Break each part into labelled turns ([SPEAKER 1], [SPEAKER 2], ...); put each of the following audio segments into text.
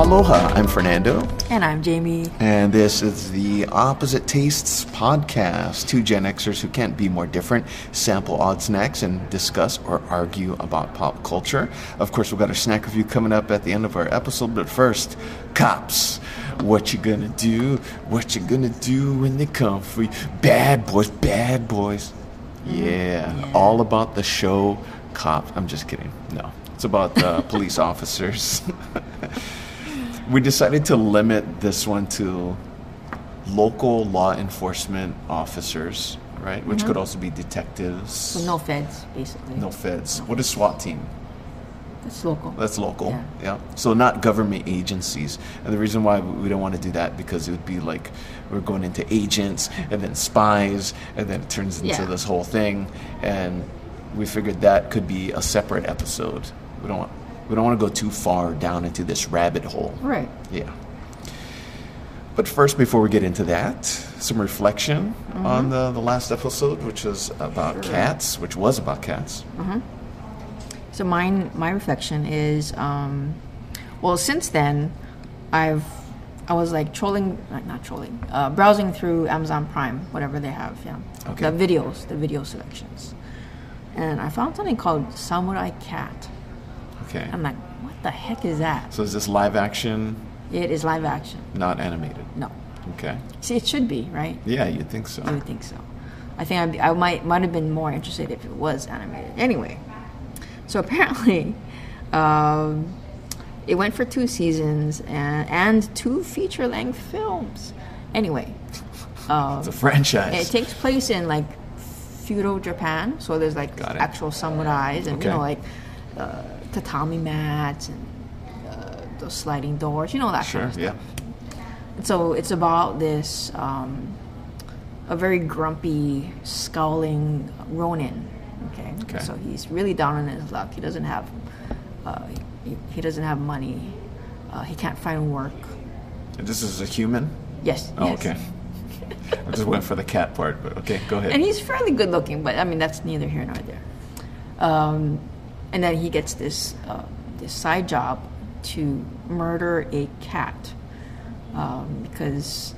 [SPEAKER 1] Aloha, I'm Fernando,
[SPEAKER 2] And I'm Jamie.
[SPEAKER 1] and this is the Opposite Tastes podcast. Two Gen Xers who can't be more different sample odd snacks and discuss or argue about pop culture. Of course, we've got our snack review coming up at the end of our episode, but first, cops. What you gonna do? What you gonna do when they come for you? Bad boys, bad boys. Yeah, all about the show Cops. I'm just kidding. No, it's about uh, police officers. we decided to limit this one to local law enforcement officers, right? Which could also be detectives.
[SPEAKER 2] Mm-hmm. No feds, basically.
[SPEAKER 1] No feds. What is SWAT team?
[SPEAKER 2] It's local.
[SPEAKER 1] That's local.
[SPEAKER 2] Yeah.
[SPEAKER 1] Yeah. So not government agencies. And the reason why we don't want to do that because it would be like we're going into agents and then spies and then it turns into
[SPEAKER 2] Yeah.
[SPEAKER 1] this whole thing. And we figured that could be a separate episode. We don't want we don't want to go too far down into this rabbit hole.
[SPEAKER 2] Right.
[SPEAKER 1] Yeah. But first, before we get into that, some reflection
[SPEAKER 2] Mm-hmm.
[SPEAKER 1] on the, the last episode, which was about cats, which was about cats.
[SPEAKER 2] So mine, my reflection is, um, well, since then, I've, I was like trolling, like not trolling, uh, browsing through Amazon Prime, whatever they have, yeah.
[SPEAKER 1] Okay.
[SPEAKER 2] The videos, the video selections, and I found something called Samurai Cat.
[SPEAKER 1] Okay.
[SPEAKER 2] I'm like, what the heck is that?
[SPEAKER 1] So is this live action,
[SPEAKER 2] It is live action.
[SPEAKER 1] not animated?
[SPEAKER 2] No.
[SPEAKER 1] Okay.
[SPEAKER 2] See, it should be right.
[SPEAKER 1] Yeah, you'd think so.
[SPEAKER 2] I would think so. I think I'd be, I might might have been more interested if it was animated. Anyway, so apparently, um, it went for two seasons and, and two feature length films. Anyway,
[SPEAKER 1] It's a
[SPEAKER 2] it
[SPEAKER 1] franchise.
[SPEAKER 2] takes place in like feudal Japan, so there's like
[SPEAKER 1] Got it.
[SPEAKER 2] actual samurais and
[SPEAKER 1] Okay.
[SPEAKER 2] you know like uh, tatami mats and uh, those sliding doors, you know that kind
[SPEAKER 1] Sure,
[SPEAKER 2] of stuff.
[SPEAKER 1] yeah.
[SPEAKER 2] So it's about this um, a very grumpy, scowling Ronin. Okay?
[SPEAKER 1] Okay.
[SPEAKER 2] So he's really down on his luck. He doesn't have uh, he, he doesn't have money. Uh, he can't find work.
[SPEAKER 1] And This is a human?
[SPEAKER 2] Yes.
[SPEAKER 1] Oh,
[SPEAKER 2] yes.
[SPEAKER 1] okay. I just went for the cat part, but okay, go ahead.
[SPEAKER 2] And he's fairly good looking, but I mean that's neither here nor there. Um, and then he gets this uh, this side job to murder a cat um, because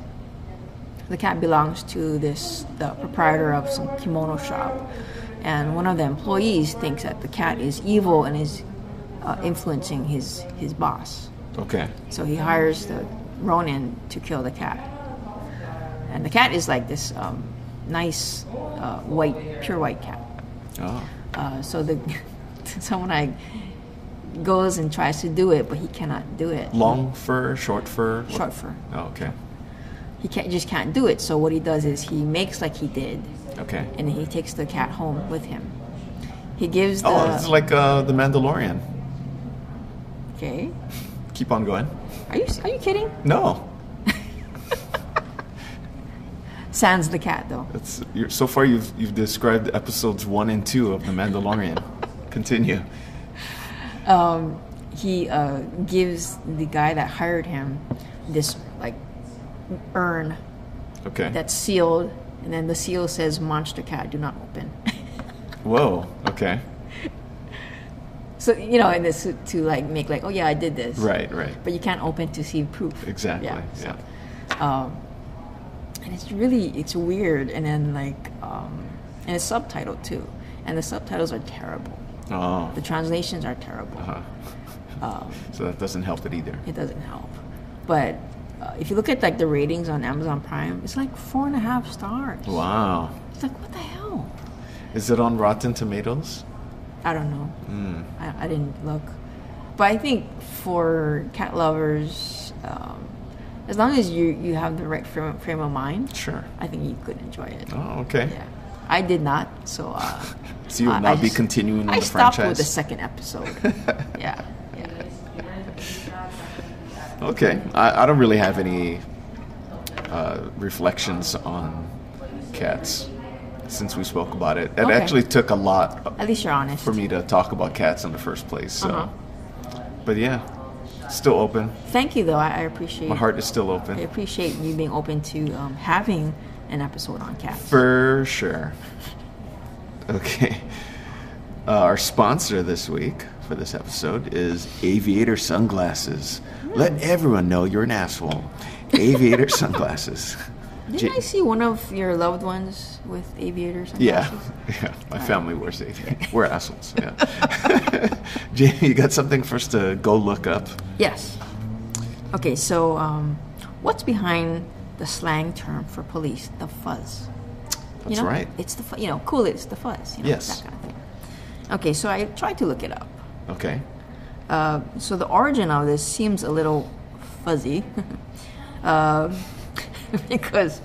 [SPEAKER 2] the cat belongs to this the proprietor of some kimono shop, and one of the employees thinks that the cat is evil and is uh, influencing his his boss.
[SPEAKER 1] okay.
[SPEAKER 2] So he hires the Ronin to kill the cat. And the cat is like this um, nice, uh, white, pure white cat.
[SPEAKER 1] Oh,
[SPEAKER 2] Uh, so the someone I goes and tries to do it, but he cannot do it.
[SPEAKER 1] long fur, short fur? what-
[SPEAKER 2] Short fur.
[SPEAKER 1] Oh, okay.
[SPEAKER 2] He can't, just can't do it. So what he does is he makes like he did,
[SPEAKER 1] Okay.
[SPEAKER 2] and he takes the cat home with him. He gives the
[SPEAKER 1] Oh, it's like uh, The Mandalorian.
[SPEAKER 2] okay.
[SPEAKER 1] Keep on going.
[SPEAKER 2] Are you are you kidding?
[SPEAKER 1] No,
[SPEAKER 2] Sans the cat though.
[SPEAKER 1] It's, you're, so far, you've, you've described episodes one and two of The Mandalorian. Continue.
[SPEAKER 2] he uh, gives the guy that hired him this like urn
[SPEAKER 1] Okay.
[SPEAKER 2] that's sealed, and then the seal says "Monster Cat, do not open."
[SPEAKER 1] Whoa. Okay.
[SPEAKER 2] so you know, and this to like make like, oh yeah, I did this,
[SPEAKER 1] Right, right.
[SPEAKER 2] But you can't open to see proof.
[SPEAKER 1] Exactly.
[SPEAKER 2] Yeah.
[SPEAKER 1] Yeah.
[SPEAKER 2] so- and it's really it's weird, and then like, um, and it's subtitled too, and the subtitles are terrible.
[SPEAKER 1] Oh.
[SPEAKER 2] The translations are terrible.
[SPEAKER 1] Uh-huh. So that doesn't help it either.
[SPEAKER 2] It doesn't help, but. Uh, if you look at like the ratings on Amazon Prime, it's like four and a half stars.
[SPEAKER 1] Wow.
[SPEAKER 2] It's like, what the hell?
[SPEAKER 1] Is it on Rotten Tomatoes?
[SPEAKER 2] I don't know.
[SPEAKER 1] Hmm.
[SPEAKER 2] I, I didn't look. But I think for cat lovers, um, as long as you, you have the right frame, frame of mind,
[SPEAKER 1] Sure.
[SPEAKER 2] I think you could enjoy it.
[SPEAKER 1] Oh, okay.
[SPEAKER 2] Yeah. I did not, so. Uh,
[SPEAKER 1] So you'll
[SPEAKER 2] I-
[SPEAKER 1] not
[SPEAKER 2] I
[SPEAKER 1] be
[SPEAKER 2] just-
[SPEAKER 1] continuing on
[SPEAKER 2] I
[SPEAKER 1] the
[SPEAKER 2] stopped
[SPEAKER 1] franchise.
[SPEAKER 2] with the second episode. yeah. yeah.
[SPEAKER 1] Okay, I, I don't really have any uh, reflections on cats since we spoke about it. It
[SPEAKER 2] Okay.
[SPEAKER 1] actually took a lot
[SPEAKER 2] At least you're honest.
[SPEAKER 1] for me to talk about cats in the first place. So,
[SPEAKER 2] Uh-huh.
[SPEAKER 1] but yeah, still open.
[SPEAKER 2] Thank you, though. I, I appreciate.
[SPEAKER 1] My heart is still
[SPEAKER 2] I
[SPEAKER 1] open
[SPEAKER 2] appreciate you being open to um, having an episode on cats.
[SPEAKER 1] for sure. Okay, uh, our sponsor this week for this episode is Aviator Sunglasses.
[SPEAKER 2] Hmm.
[SPEAKER 1] Let everyone know you're an asshole. Aviator Sunglasses.
[SPEAKER 2] Didn't
[SPEAKER 1] J-
[SPEAKER 2] I see one of your loved ones with aviators? on
[SPEAKER 1] Yeah,
[SPEAKER 2] glasses?
[SPEAKER 1] yeah. My family wears it. We're assholes. Yeah. Jamie, you got something for us to go look up?
[SPEAKER 2] Yes. Okay, so um, what's behind the slang term for police, the fuzz?
[SPEAKER 1] That's
[SPEAKER 2] you know,
[SPEAKER 1] right.
[SPEAKER 2] It's the fu- you know, cool. It's the fuzz. You know,
[SPEAKER 1] Yes.
[SPEAKER 2] That kind of thing. Okay, so I tried to look it up.
[SPEAKER 1] Okay.
[SPEAKER 2] Uh, so the origin of this seems a little fuzzy uh, because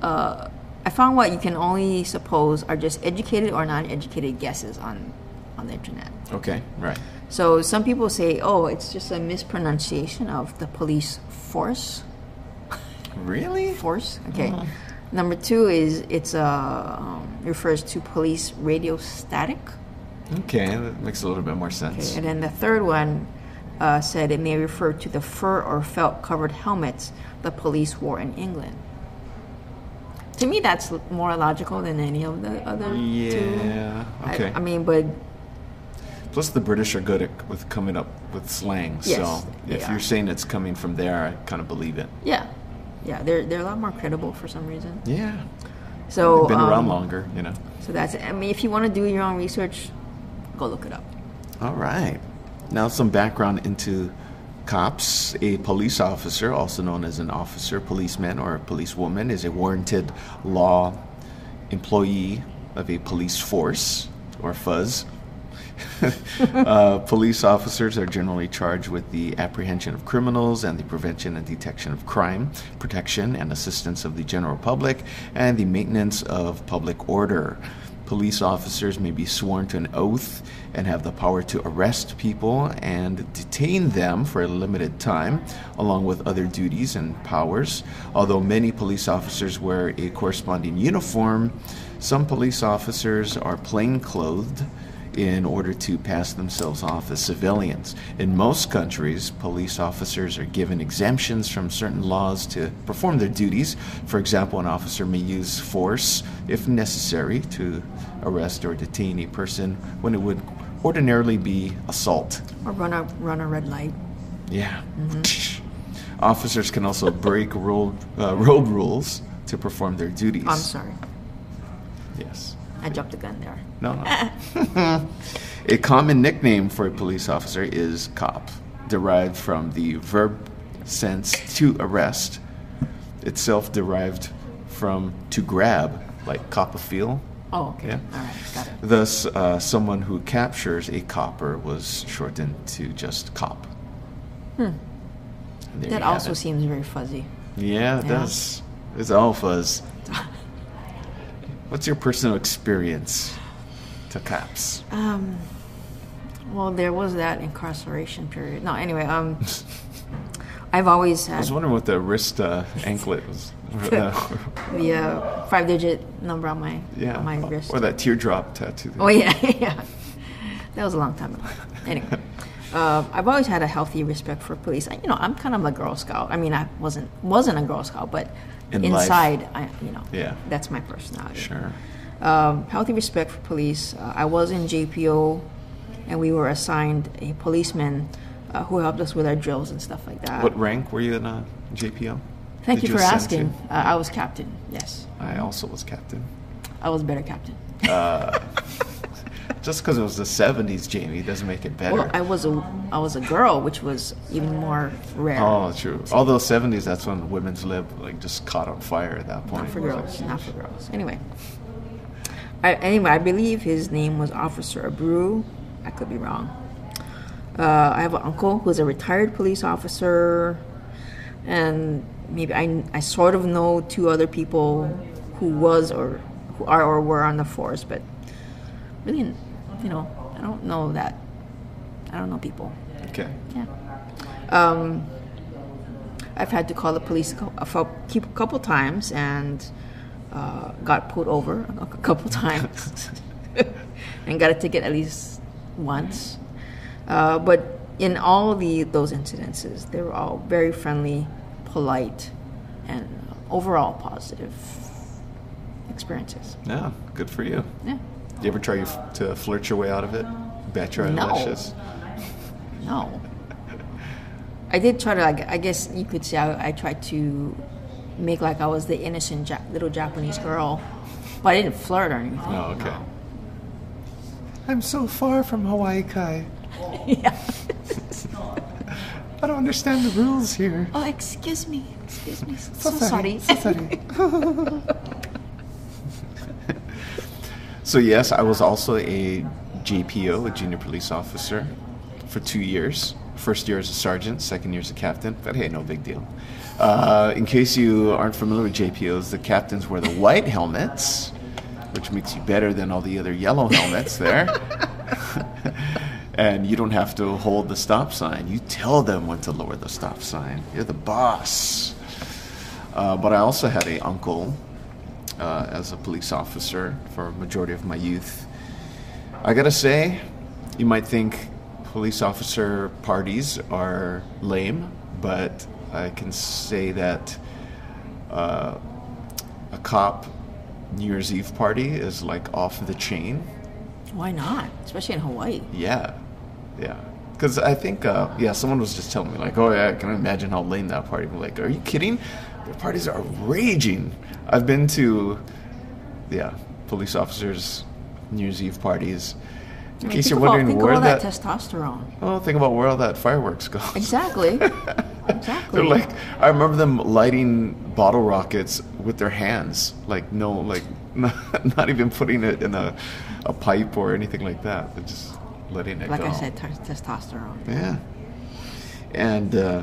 [SPEAKER 2] uh, I found what you can only suppose are just educated or non-educated guesses on on the internet.
[SPEAKER 1] Okay. Right.
[SPEAKER 2] So some people say, "Oh, it's just a mispronunciation of the police force."
[SPEAKER 1] Really?
[SPEAKER 2] Force. Okay.
[SPEAKER 1] Mm-hmm.
[SPEAKER 2] Number two is it's uh, um, refers to police radio static.
[SPEAKER 1] Okay, that makes a little bit more
[SPEAKER 2] Okay,
[SPEAKER 1] sense.
[SPEAKER 2] and then the third one uh, said it may refer to the fur or felt covered helmets the police wore in England. To me, that's l- more logical than any of the other two.
[SPEAKER 1] Yeah.
[SPEAKER 2] I-
[SPEAKER 1] Okay.
[SPEAKER 2] I, mean, but
[SPEAKER 1] Plus, the British are good at with coming up with slang.
[SPEAKER 2] Yes,
[SPEAKER 1] so
[SPEAKER 2] they
[SPEAKER 1] if
[SPEAKER 2] are.
[SPEAKER 1] you're saying it's coming from there, I kind of believe it.
[SPEAKER 2] yeah, yeah, they're they're a lot more credible for some reason.
[SPEAKER 1] Yeah.
[SPEAKER 2] So
[SPEAKER 1] Been around
[SPEAKER 2] um,
[SPEAKER 1] longer, you know.
[SPEAKER 2] So that's. I mean, if you want to do your own research, go look it up.
[SPEAKER 1] All right. Now, some background into cops. A police officer, also known as an officer, policeman, or a policewoman, is a warranted law employee of a police force or fuzz. uh, police officers are generally charged with the apprehension of criminals and the prevention and detection of crime, protection and assistance of the general public, and the maintenance of public order. Police officers may be sworn to an oath and have the power to arrest people and detain them for a limited time, along with other duties and powers. Although many police officers wear a corresponding uniform, some police officers are plain clothed in order to pass themselves off as civilians. In most countries, police officers are given exemptions from certain laws to perform their duties. For example, an officer may use force, if necessary, to arrest or detain a person when it would ordinarily be assault.
[SPEAKER 2] Or run a run a red light.
[SPEAKER 1] Yeah.
[SPEAKER 2] Mm-hmm.
[SPEAKER 1] Officers can also break road, uh, road rules to perform their duties.
[SPEAKER 2] I'm sorry,
[SPEAKER 1] Yes.
[SPEAKER 2] I jumped the gun there.
[SPEAKER 1] No, no. a common nickname for a police officer is cop, derived from the verb sense to arrest, itself derived from to grab, like cop a feel.
[SPEAKER 2] Oh, okay.
[SPEAKER 1] Yeah.
[SPEAKER 2] All right, got it.
[SPEAKER 1] Thus, uh, someone who captures a copper was shortened to just cop. Hmm.
[SPEAKER 2] That also seems very fuzzy.
[SPEAKER 1] Yeah, it
[SPEAKER 2] Yeah.
[SPEAKER 1] does. It's all fuzz. What's your personal experience to cops?
[SPEAKER 2] Um, well, there was that incarceration period. No, anyway, um, I've always
[SPEAKER 1] I
[SPEAKER 2] had
[SPEAKER 1] was wondering what the wrist uh, anklet was. Or, uh,
[SPEAKER 2] the uh, five-digit number on my
[SPEAKER 1] yeah.
[SPEAKER 2] on my wrist.
[SPEAKER 1] Or that teardrop tattoo.
[SPEAKER 2] Oh yeah, yeah. That was a long time ago. Anyway, uh, I've always had a healthy respect for police. I, you know, I'm kind of a Girl Scout. I mean, I wasn't wasn't a Girl Scout, but
[SPEAKER 1] In life.
[SPEAKER 2] inside, I you know,
[SPEAKER 1] Yeah.
[SPEAKER 2] that's my personality.
[SPEAKER 1] Sure.
[SPEAKER 2] um, healthy respect for police. Uh, I was in JPO, and we were assigned a policeman uh, who helped us with our drills and stuff like that.
[SPEAKER 1] What rank were you in uh, JPO?
[SPEAKER 2] Thank
[SPEAKER 1] Did
[SPEAKER 2] you for
[SPEAKER 1] ascend
[SPEAKER 2] asking.
[SPEAKER 1] to?
[SPEAKER 2] Uh, I was captain. Yes,
[SPEAKER 1] I also was captain.
[SPEAKER 2] I was a better captain.
[SPEAKER 1] Just because it was the 70s, Jamie, doesn't make it better.
[SPEAKER 2] Well, I was a I was a girl, which was even more rare.
[SPEAKER 1] Oh, true. Although 70s, that's when women's lib like just caught on fire at that point.
[SPEAKER 2] not for girls. Not for girls. Anyway. I, anyway, I believe his name was Officer Abreu. I could be wrong. Uh, I have an uncle who's a retired police officer, and maybe I, I sort of know two other people who was or who are or were on the force, but really, you know, I don't know that. I don't know people.
[SPEAKER 1] Okay.
[SPEAKER 2] Um, I've had to call the police a cou- a fo- keep- a couple times and uh, got pulled over a c- couple times and got a ticket at least once. Uh, but in all the those incidences, they were all very friendly, polite, and overall positive experiences.
[SPEAKER 1] Yeah, good for you.
[SPEAKER 2] Yeah.
[SPEAKER 1] You ever try f- to flirt your way out of it? Bet you're
[SPEAKER 2] No.
[SPEAKER 1] delicious.
[SPEAKER 2] No. I did try to like I guess you could say I, I tried to make like I was the innocent ja- little Japanese girl, but I didn't flirt or anything.
[SPEAKER 1] Oh, okay. I'm so far from Hawaii Kai.
[SPEAKER 2] Yeah.
[SPEAKER 1] I don't understand the rules here.
[SPEAKER 2] Oh, excuse me, excuse me. So, sorry.
[SPEAKER 1] so yes, I was also a JPO, a junior police officer, for two years. First year as a sergeant, second year as a captain. But hey, no big deal. Uh, in case you aren't familiar with JPOs, the captains wear the white helmets, which makes you better than all the other yellow helmets there. and you don't have to hold the stop sign. You tell them when to lower the stop sign. You're the boss. Uh, but I also had a uncle uh, as a police officer for a majority of my youth. I gotta say, you might think police officer parties are lame, but I can say that uh, a cop New Year's Eve party is like off the chain.
[SPEAKER 2] Why not? Especially in Hawaii.
[SPEAKER 1] Yeah, yeah. Because I think, uh, yeah, someone was just telling me, like, oh, yeah, I can imagine how lame that party was. Like, are you kidding? The parties are raging. I've been to, yeah, police officers' New Year's Eve parties. In
[SPEAKER 2] I mean,
[SPEAKER 1] case
[SPEAKER 2] think
[SPEAKER 1] you're
[SPEAKER 2] of all-
[SPEAKER 1] wondering
[SPEAKER 2] think of
[SPEAKER 1] where
[SPEAKER 2] all
[SPEAKER 1] that,
[SPEAKER 2] that, testosterone.
[SPEAKER 1] oh, think about where all that fireworks go.
[SPEAKER 2] Exactly. exactly.
[SPEAKER 1] They're like, I remember them lighting bottle rockets with their hands. Like, no, like, not, not even putting it in a, a pipe or anything like that. They're just letting it
[SPEAKER 2] like
[SPEAKER 1] go.
[SPEAKER 2] I said, tes- testosterone.
[SPEAKER 1] Yeah. And uh,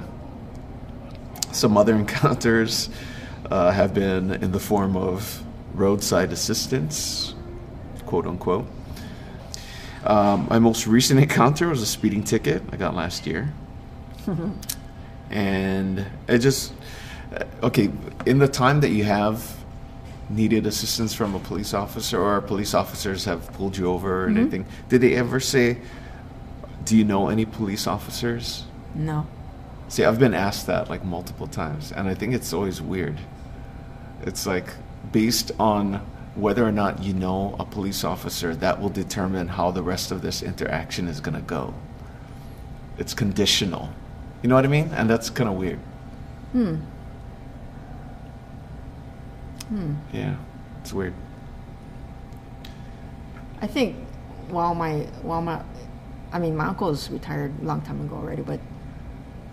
[SPEAKER 1] some other encounters uh, have been in the form of roadside assistance, quote unquote. Um, my most recent encounter was a speeding ticket I got last year. and it just, uh, okay, in the time that you have needed assistance from a police officer or police officers have pulled you over and anything, did they ever say, do you know any police officers?
[SPEAKER 2] No.
[SPEAKER 1] See, I've been asked that like multiple times, and I think it's always weird. It's like based on whether or not you know a police officer, that will determine how the rest of this interaction is going to go. It's conditional. You know what I mean? And that's kind of weird. Hmm. Yeah, it's weird.
[SPEAKER 2] I think while my while my I mean my uncle's retired a long time ago already, but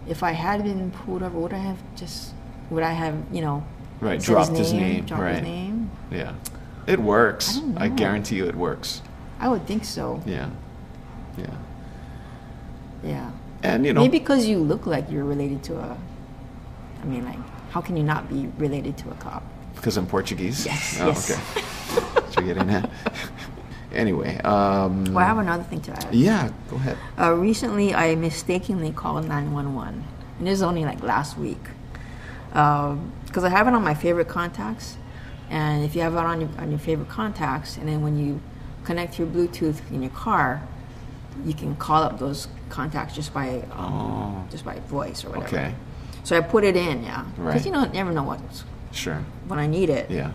[SPEAKER 2] if I had been pulled over, would I have just would I have, you know,
[SPEAKER 1] Right,
[SPEAKER 2] said
[SPEAKER 1] dropped his name,
[SPEAKER 2] dropped his
[SPEAKER 1] right.
[SPEAKER 2] name?
[SPEAKER 1] Yeah. It works.
[SPEAKER 2] don't
[SPEAKER 1] I
[SPEAKER 2] know.
[SPEAKER 1] guarantee you it works.
[SPEAKER 2] I would think so.
[SPEAKER 1] Yeah. Yeah.
[SPEAKER 2] Yeah.
[SPEAKER 1] And you know,
[SPEAKER 2] Maybe because you look like you're related to a I mean like how can you not be related to a cop?
[SPEAKER 1] because I'm Portuguese.
[SPEAKER 2] Yes,
[SPEAKER 1] Oh,
[SPEAKER 2] yes.
[SPEAKER 1] Okay. so you're getting that. anyway. Um,
[SPEAKER 2] Well I have another thing to add.
[SPEAKER 1] Yeah. Go ahead.
[SPEAKER 2] Uh, recently, I mistakenly called 911, and this is only like last week. Because I have it on my favorite contacts, and if you have it on your, on your favorite contacts, and then when you connect your Bluetooth in your car, you can call up those contacts just by um, just by voice or whatever.
[SPEAKER 1] Oh. Okay.
[SPEAKER 2] So I put it in, yeah, because
[SPEAKER 1] Right.
[SPEAKER 2] you don't never know what's
[SPEAKER 1] Sure.
[SPEAKER 2] when I need it.
[SPEAKER 1] Yeah.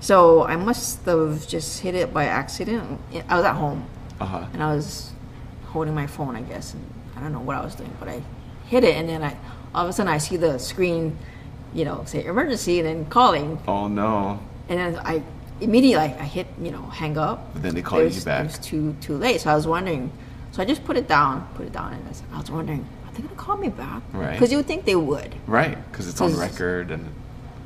[SPEAKER 2] So I must have just hit it by accident. I was at home
[SPEAKER 1] Uh huh.
[SPEAKER 2] and I was holding my phone, I guess, and I don't know what I was doing, but I hit it, and then I all of a sudden I see the screen, you know, say emergency, and then calling,
[SPEAKER 1] Oh no.
[SPEAKER 2] and then I immediately I, I hit, you know, hang up.
[SPEAKER 1] But then they called
[SPEAKER 2] It
[SPEAKER 1] you
[SPEAKER 2] was-
[SPEAKER 1] back.
[SPEAKER 2] It was too too late, so I was wondering. So I just put it down, put it down, and I was, I was wondering, are they gonna call me back?
[SPEAKER 1] Right.
[SPEAKER 2] Because you would think they would.
[SPEAKER 1] Right. Because it's on
[SPEAKER 2] 'Cause-
[SPEAKER 1] record and.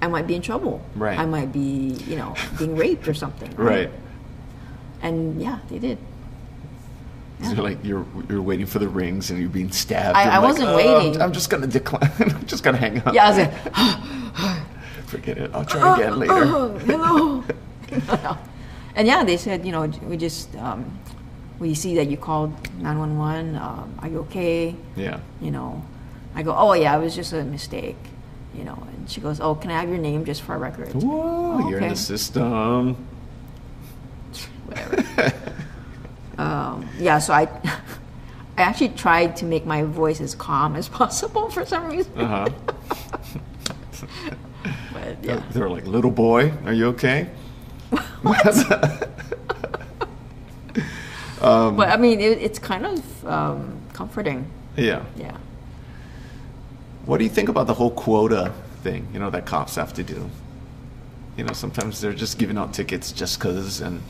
[SPEAKER 2] I might be in trouble.
[SPEAKER 1] Right.
[SPEAKER 2] I might be, you know, being raped or something.
[SPEAKER 1] Right.
[SPEAKER 2] And yeah, they did.
[SPEAKER 1] So you're like you're you're waiting for the rings and you're being stabbed.
[SPEAKER 2] I-
[SPEAKER 1] and
[SPEAKER 2] I
[SPEAKER 1] like,
[SPEAKER 2] wasn't
[SPEAKER 1] "Oh,
[SPEAKER 2] waiting."
[SPEAKER 1] I'm just gonna decline. I'm just gonna hang up.
[SPEAKER 2] Yeah, I was like.
[SPEAKER 1] Forget it. I'll try again later.
[SPEAKER 2] Oh, hello. and yeah, they said, you know, we just, um, we see that you called 911. Um, are you okay?
[SPEAKER 1] Yeah.
[SPEAKER 2] You know, I go, oh yeah, it was just a mistake, you know. And she goes, oh, can I have your name just for our records?
[SPEAKER 1] Whoa, you're in
[SPEAKER 2] Oh, okay.
[SPEAKER 1] the system.
[SPEAKER 2] Whatever. um, yeah, so I, I actually tried to make my voice as calm as possible for some reason.
[SPEAKER 1] Uh huh.
[SPEAKER 2] But yeah,
[SPEAKER 1] They're like, little boy, are you okay? What?
[SPEAKER 2] but I mean, it, it's kind of um, comforting.
[SPEAKER 1] yeah.
[SPEAKER 2] Yeah.
[SPEAKER 1] What do you think about the whole quota thing? You know that cops have to do. You know, sometimes they're just giving out tickets just 'cause, and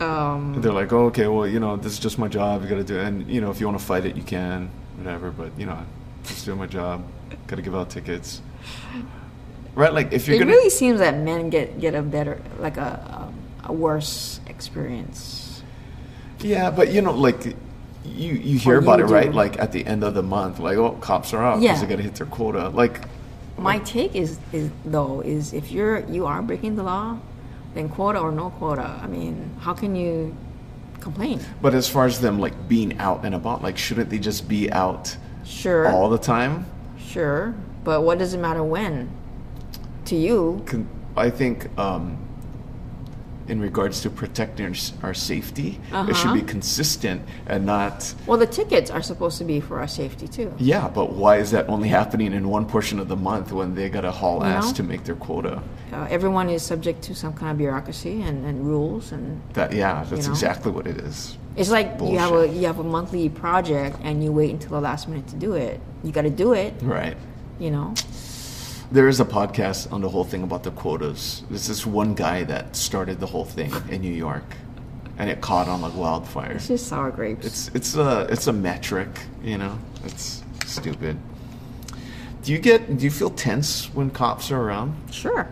[SPEAKER 2] Um,
[SPEAKER 1] they're like, oh, okay, well, you know, this is just my job. You got to do it, and you know, if you want to fight it, you can, whatever. But you know, just doing my job. Got to give out tickets, right? Like if you're
[SPEAKER 2] it
[SPEAKER 1] gonna,
[SPEAKER 2] really seems that men get get a better, like a um, a worse experience.
[SPEAKER 1] yeah, but you know, like you you hear
[SPEAKER 2] Or
[SPEAKER 1] about
[SPEAKER 2] you
[SPEAKER 1] it, right?
[SPEAKER 2] do.
[SPEAKER 1] Like at the end of the month, like oh, cops are out 'cause
[SPEAKER 2] Yeah.
[SPEAKER 1] they got to hit their quota. Like
[SPEAKER 2] My take is is though is if you're you are breaking the law, then quota or no quota. I mean, how can you complain?
[SPEAKER 1] But as far as them like being out and about, like shouldn't they just be out
[SPEAKER 2] Sure,
[SPEAKER 1] all the time?
[SPEAKER 2] sure, but what does it matter when? To you,
[SPEAKER 1] Con- I think um, in regards to protecting our s- our safety, it
[SPEAKER 2] Uh-huh.
[SPEAKER 1] should be consistent and not.
[SPEAKER 2] well, the tickets are supposed to be for our safety too.
[SPEAKER 1] Yeah, but why is that only happening in one portion of the month when they gotta haul
[SPEAKER 2] You
[SPEAKER 1] ass
[SPEAKER 2] know?
[SPEAKER 1] to make their quota?
[SPEAKER 2] Uh, everyone is subject to some kind of bureaucracy and, and rules and
[SPEAKER 1] That yeah, that's
[SPEAKER 2] know?
[SPEAKER 1] exactly what it is.
[SPEAKER 2] It's like you have a
[SPEAKER 1] Bullshit.
[SPEAKER 2] you have a monthly project and you wait until the last minute to do it. You got to do it,
[SPEAKER 1] Right.
[SPEAKER 2] you know.
[SPEAKER 1] There is a podcast on the whole thing about the quotas. There's this one guy that started the whole thing in New York, and it caught on like wildfire.
[SPEAKER 2] It's just sour grapes.
[SPEAKER 1] It's it's a it's a metric, you know. It's stupid. Do you get do you feel tense when cops are around?
[SPEAKER 2] sure.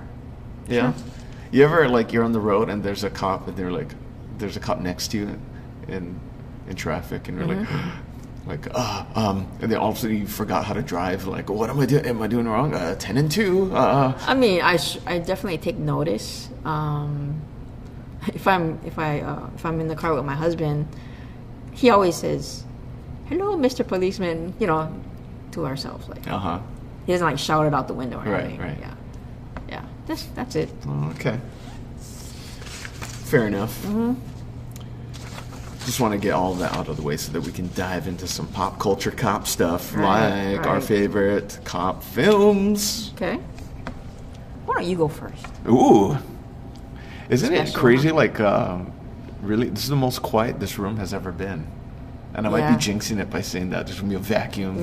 [SPEAKER 1] Yeah. You ever like you're on the road and there's a cop and they're like there's a cop next to you in in traffic and you're like like uh, um and then all of a sudden you forgot how to drive like what am I doing am I doing wrong uh, 10 and 2 uh
[SPEAKER 2] I mean, I sh- I definitely take notice. Um, if I'm if I uh, if I'm in the car with my husband, he always says, "Hello, Mr. Policeman," you know, to ourselves. Like
[SPEAKER 1] uh-huh
[SPEAKER 2] he doesn't like shout it out the window or
[SPEAKER 1] Right,
[SPEAKER 2] anything.
[SPEAKER 1] right.
[SPEAKER 2] Yeah, yeah. That's that's it.
[SPEAKER 1] Oh, Okay. Fair enough.
[SPEAKER 2] Mm-hmm.
[SPEAKER 1] Just want to get all that out of the way so that we can dive into some pop culture cop stuff,
[SPEAKER 2] Right,
[SPEAKER 1] like our
[SPEAKER 2] right.
[SPEAKER 1] favorite cop films.
[SPEAKER 2] Okay. Why don't you go first?
[SPEAKER 1] Ooh. Isn't it
[SPEAKER 2] Special
[SPEAKER 1] crazy? Like, uh, really, this is the most quiet this room has ever been. And I might be
[SPEAKER 2] Yeah.
[SPEAKER 1] jinxing it by saying that. There's going to be a vacuum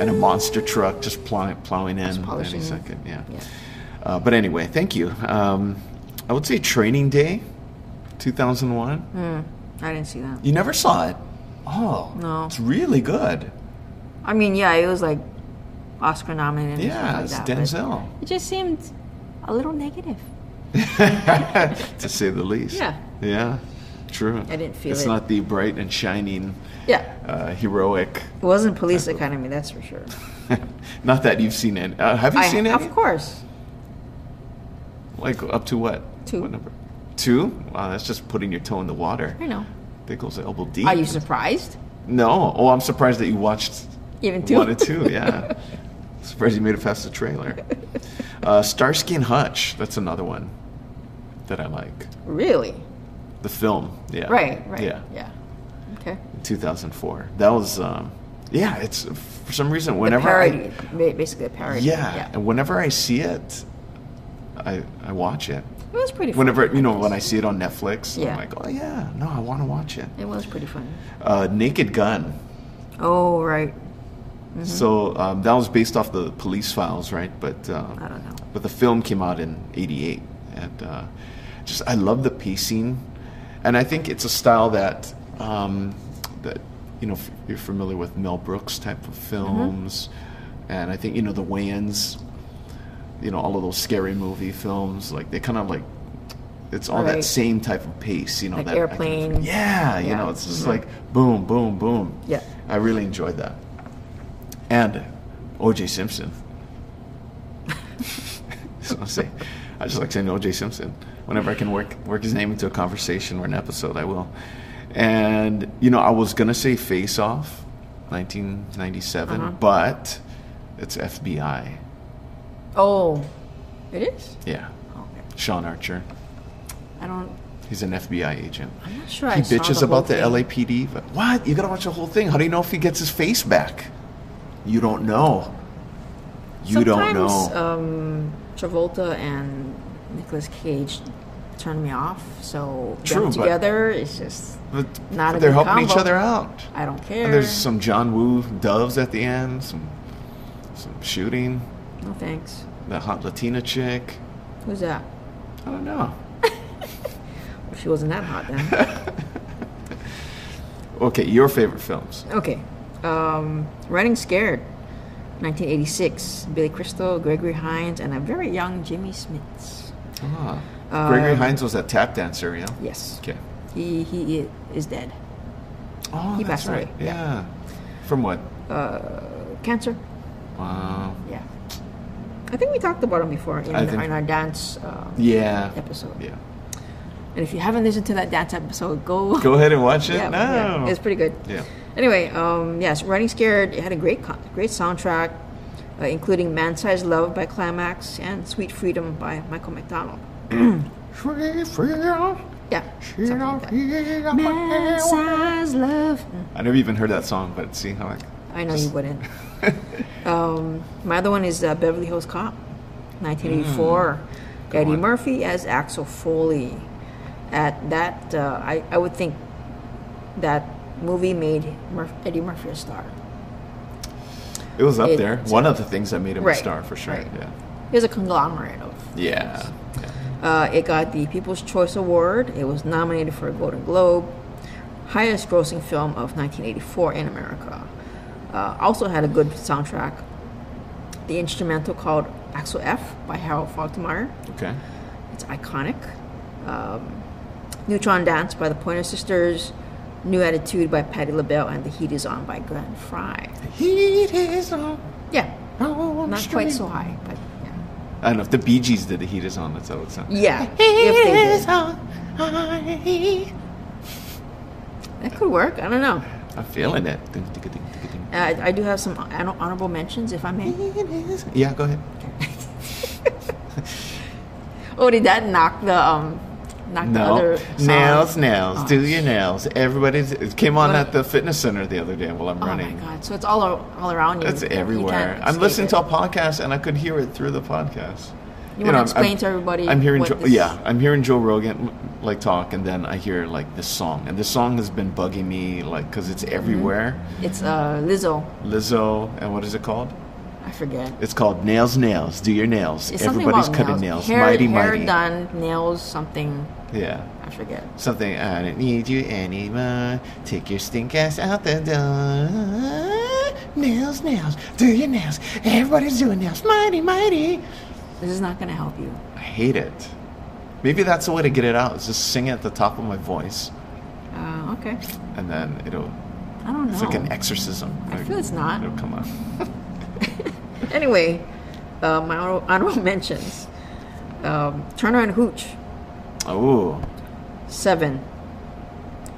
[SPEAKER 1] and a monster truck just plow- plowing in any
[SPEAKER 2] polishing.
[SPEAKER 1] second. Yeah.
[SPEAKER 2] Yeah.
[SPEAKER 1] Uh, but anyway, thank you. Um, I would say Training Day, 2001.
[SPEAKER 2] Mm. I didn't see that.
[SPEAKER 1] You never saw it? Oh.
[SPEAKER 2] No.
[SPEAKER 1] It's really good.
[SPEAKER 2] I mean, yeah, it was like Oscar nominated.
[SPEAKER 1] Yeah,
[SPEAKER 2] and
[SPEAKER 1] it's
[SPEAKER 2] stuff like that, but
[SPEAKER 1] Denzel,
[SPEAKER 2] It just seemed a little negative.
[SPEAKER 1] to say the least.
[SPEAKER 2] Yeah.
[SPEAKER 1] Yeah, true.
[SPEAKER 2] I didn't feel
[SPEAKER 1] It's
[SPEAKER 2] it.
[SPEAKER 1] not the bright and shining,
[SPEAKER 2] Yeah,
[SPEAKER 1] uh, heroic.
[SPEAKER 2] it wasn't Police Academy, that's for sure.
[SPEAKER 1] not that you've seen it. Uh, have you
[SPEAKER 2] I,
[SPEAKER 1] seen it?
[SPEAKER 2] Of course.
[SPEAKER 1] Like up to what?
[SPEAKER 2] Two.
[SPEAKER 1] What number? Two? Wow, that's just putting your toe in the water.
[SPEAKER 2] I know.
[SPEAKER 1] That goes elbow deep.
[SPEAKER 2] Are you surprised?
[SPEAKER 1] No. Oh, I'm surprised that you watched
[SPEAKER 2] Even two?
[SPEAKER 1] One and two, yeah. surprised you made it past the trailer. Uh, Starsky and Hutch. That's another one that I like.
[SPEAKER 2] Really?
[SPEAKER 1] The film, yeah.
[SPEAKER 2] Right, right.
[SPEAKER 1] Yeah,
[SPEAKER 2] yeah. Okay.
[SPEAKER 1] 2004. That was, um, yeah. It's for some reason
[SPEAKER 2] The
[SPEAKER 1] whenever
[SPEAKER 2] parody, ba- basically
[SPEAKER 1] I,
[SPEAKER 2] a parody.
[SPEAKER 1] yeah, and whenever I see it, I I watch it.
[SPEAKER 2] It was pretty funny.
[SPEAKER 1] Whenever you know when I see it on Netflix,
[SPEAKER 2] Yeah.
[SPEAKER 1] I'm like, oh yeah, no, I want to watch it.
[SPEAKER 2] It was pretty funny.
[SPEAKER 1] Uh, Naked Gun.
[SPEAKER 2] Oh, right.
[SPEAKER 1] So um, that was based off the police files, right? But um,
[SPEAKER 2] I don't know.
[SPEAKER 1] But the film came out in '88, and uh, just I love the pacing, and I think it's a style that um, that you know if you're familiar with Mel Brooks type of films, and I think you know the Wayans, you know all of those scary movie films, like they kind of like it's all that
[SPEAKER 2] Right.
[SPEAKER 1] same type of pace, you know
[SPEAKER 2] Like
[SPEAKER 1] that I kind of- yeah,
[SPEAKER 2] Airplane.
[SPEAKER 1] you
[SPEAKER 2] Yeah. Mm-hmm.
[SPEAKER 1] know it's just like boom, boom, boom.
[SPEAKER 2] Yeah.
[SPEAKER 1] I really enjoyed that, and O.J. Simpson. So I say, I just like saying O.J. Simpson. Whenever I can work work his name into a conversation or an episode, I will. And you know, I was gonna say Face Off, 1997, but it's FBI.
[SPEAKER 2] Oh, it is.
[SPEAKER 1] Yeah.
[SPEAKER 2] Okay.
[SPEAKER 1] Sean Archer.
[SPEAKER 2] I don't.
[SPEAKER 1] He's an FBI agent.
[SPEAKER 2] I'm not sure.
[SPEAKER 1] He
[SPEAKER 2] I saw
[SPEAKER 1] bitches
[SPEAKER 2] the
[SPEAKER 1] about the
[SPEAKER 2] whole thing.
[SPEAKER 1] LAPD, but what? You gotta watch the whole thing. How do you know if he gets his face back? You don't know. You don't
[SPEAKER 2] Sometimes,
[SPEAKER 1] know.
[SPEAKER 2] Um, Travolta and Nicolas Cage turn me off. So
[SPEAKER 1] True,
[SPEAKER 2] them
[SPEAKER 1] but-
[SPEAKER 2] together, it's just
[SPEAKER 1] but
[SPEAKER 2] not a
[SPEAKER 1] they're
[SPEAKER 2] good
[SPEAKER 1] helping each
[SPEAKER 2] combo.
[SPEAKER 1] other out.
[SPEAKER 2] I don't care.
[SPEAKER 1] And there's some John Woo doves at the end, some some shooting,
[SPEAKER 2] no Oh, thanks.
[SPEAKER 1] that hot Latina chick.
[SPEAKER 2] Who's that?
[SPEAKER 1] I don't know.
[SPEAKER 2] She wasn't that hot then.
[SPEAKER 1] Okay, your favorite films.
[SPEAKER 2] okay. Um, Running Scared, 1986. Billy Crystal, Gregory Hines, and a very young Jimmy Smits.
[SPEAKER 1] Ah.
[SPEAKER 2] Um,
[SPEAKER 1] Gregory Hines was that tap dancer, yeah?
[SPEAKER 2] Yes.
[SPEAKER 1] Okay.
[SPEAKER 2] He he i- is dead.
[SPEAKER 1] Oh,
[SPEAKER 2] He
[SPEAKER 1] that's
[SPEAKER 2] passed away,
[SPEAKER 1] right. Yeah. From what?
[SPEAKER 2] Uh, Cancer.
[SPEAKER 1] Wow.
[SPEAKER 2] Yeah. I think we talked about him before in,
[SPEAKER 1] I think-
[SPEAKER 2] in our dance um,
[SPEAKER 1] Yeah.
[SPEAKER 2] episode.
[SPEAKER 1] Yeah.
[SPEAKER 2] And if you haven't listened to that dance episode, go.
[SPEAKER 1] Go ahead and watch it.
[SPEAKER 2] yeah,
[SPEAKER 1] no.
[SPEAKER 2] yeah, it's pretty good.
[SPEAKER 1] Yeah.
[SPEAKER 2] Anyway, um, yes, Running Scared it had a great, con- great soundtrack, uh, including Man Sized Love by Climax and Sweet Freedom by Michael McDonald. Yeah. something like that. Man Sized Love.
[SPEAKER 1] I never even heard that song, but see how I.
[SPEAKER 2] I know you wouldn't. um, my other one is uh, Beverly Hills Cop, 1984. Eddie
[SPEAKER 1] Mm. one.
[SPEAKER 2] Murphy as Axel Foley. At that, uh, I, I would think that movie made Murph Eddie Murphy a star.
[SPEAKER 1] It was up
[SPEAKER 2] It-
[SPEAKER 1] there. One of the things that made him
[SPEAKER 2] Right,
[SPEAKER 1] a star for sure.
[SPEAKER 2] right.
[SPEAKER 1] Yeah.
[SPEAKER 2] He was a conglomerate of.
[SPEAKER 1] Yeah. yeah.
[SPEAKER 2] Uh, it got the People's Choice Award. It was nominated for a Golden Globe, highest grossing film of 1984 in America. Uh, also had a good soundtrack. The instrumental called Axel F by Harold Faltermeyer.
[SPEAKER 1] Okay.
[SPEAKER 2] It's iconic. Um, Neutron Dance by the Pointer Sisters. New Attitude by Patti LaBelle and The Heat Is On by Glenn Fry.
[SPEAKER 1] Heat is on.
[SPEAKER 2] Yeah,
[SPEAKER 1] Oh,
[SPEAKER 2] not quite so high, but yeah.
[SPEAKER 1] I don't know if the Bee Gees did the heat is on. That's how it sounds.
[SPEAKER 2] Yeah, if they did.
[SPEAKER 1] on. high.
[SPEAKER 2] That could work. I don't know.
[SPEAKER 1] I'm feeling it. Ding, ding, ding, ding, ding.
[SPEAKER 2] Uh, I do have some hon- honorable mentions, if I may.
[SPEAKER 1] Heat is- Yeah, go ahead.
[SPEAKER 2] Oh, did that knock the um, knock the
[SPEAKER 1] No,
[SPEAKER 2] other song?
[SPEAKER 1] nails, nails,
[SPEAKER 2] Oh.
[SPEAKER 1] do your nails. Everybody's it came on
[SPEAKER 2] What-
[SPEAKER 1] at the fitness center the other day while I'm
[SPEAKER 2] Oh
[SPEAKER 1] running.
[SPEAKER 2] my god! So it's all ar- all around you.
[SPEAKER 1] It's
[SPEAKER 2] You
[SPEAKER 1] everywhere.
[SPEAKER 2] can't
[SPEAKER 1] I'm
[SPEAKER 2] escape
[SPEAKER 1] listening
[SPEAKER 2] it.
[SPEAKER 1] to a podcast and I could hear it through the podcast.
[SPEAKER 2] You wanna
[SPEAKER 1] I'm-
[SPEAKER 2] explain
[SPEAKER 1] I'm-
[SPEAKER 2] to everybody
[SPEAKER 1] I'm hearing,
[SPEAKER 2] what
[SPEAKER 1] Joe,
[SPEAKER 2] this-
[SPEAKER 1] yeah, I'm hearing Joe Rogan like talk, and then I hear like this song, and this song has been bugging me like because
[SPEAKER 2] Mm-hmm.
[SPEAKER 1] it's everywhere.
[SPEAKER 2] It's uh, Lizzo.
[SPEAKER 1] Lizzo, and what is it called?
[SPEAKER 2] I forget.
[SPEAKER 1] It's called Nails, Nails, Do Your Nails.
[SPEAKER 2] It's something
[SPEAKER 1] Everybody's
[SPEAKER 2] about
[SPEAKER 1] cutting nails,
[SPEAKER 2] nails. Hair,
[SPEAKER 1] mighty,
[SPEAKER 2] hair
[SPEAKER 1] mighty.
[SPEAKER 2] done, nails, something.
[SPEAKER 1] Yeah.
[SPEAKER 2] I forget.
[SPEAKER 1] Something, I don't need you anymore. Take your stink ass out the door. Nails, nails, do your nails. Everybody's doing nails. Mighty, mighty.
[SPEAKER 2] This is not going to help you.
[SPEAKER 1] I hate it. Maybe that's the way to get it out, is just sing it at the top of my voice.
[SPEAKER 2] Uh, okay.
[SPEAKER 1] And then it'll,
[SPEAKER 2] I don't know.
[SPEAKER 1] it's like an exorcism.
[SPEAKER 2] I feel it's not.
[SPEAKER 1] It'll come on.
[SPEAKER 2] anyway, uh, my honor- honorable mentions: um, Turner and Hooch,
[SPEAKER 1] Oh,
[SPEAKER 2] Seven.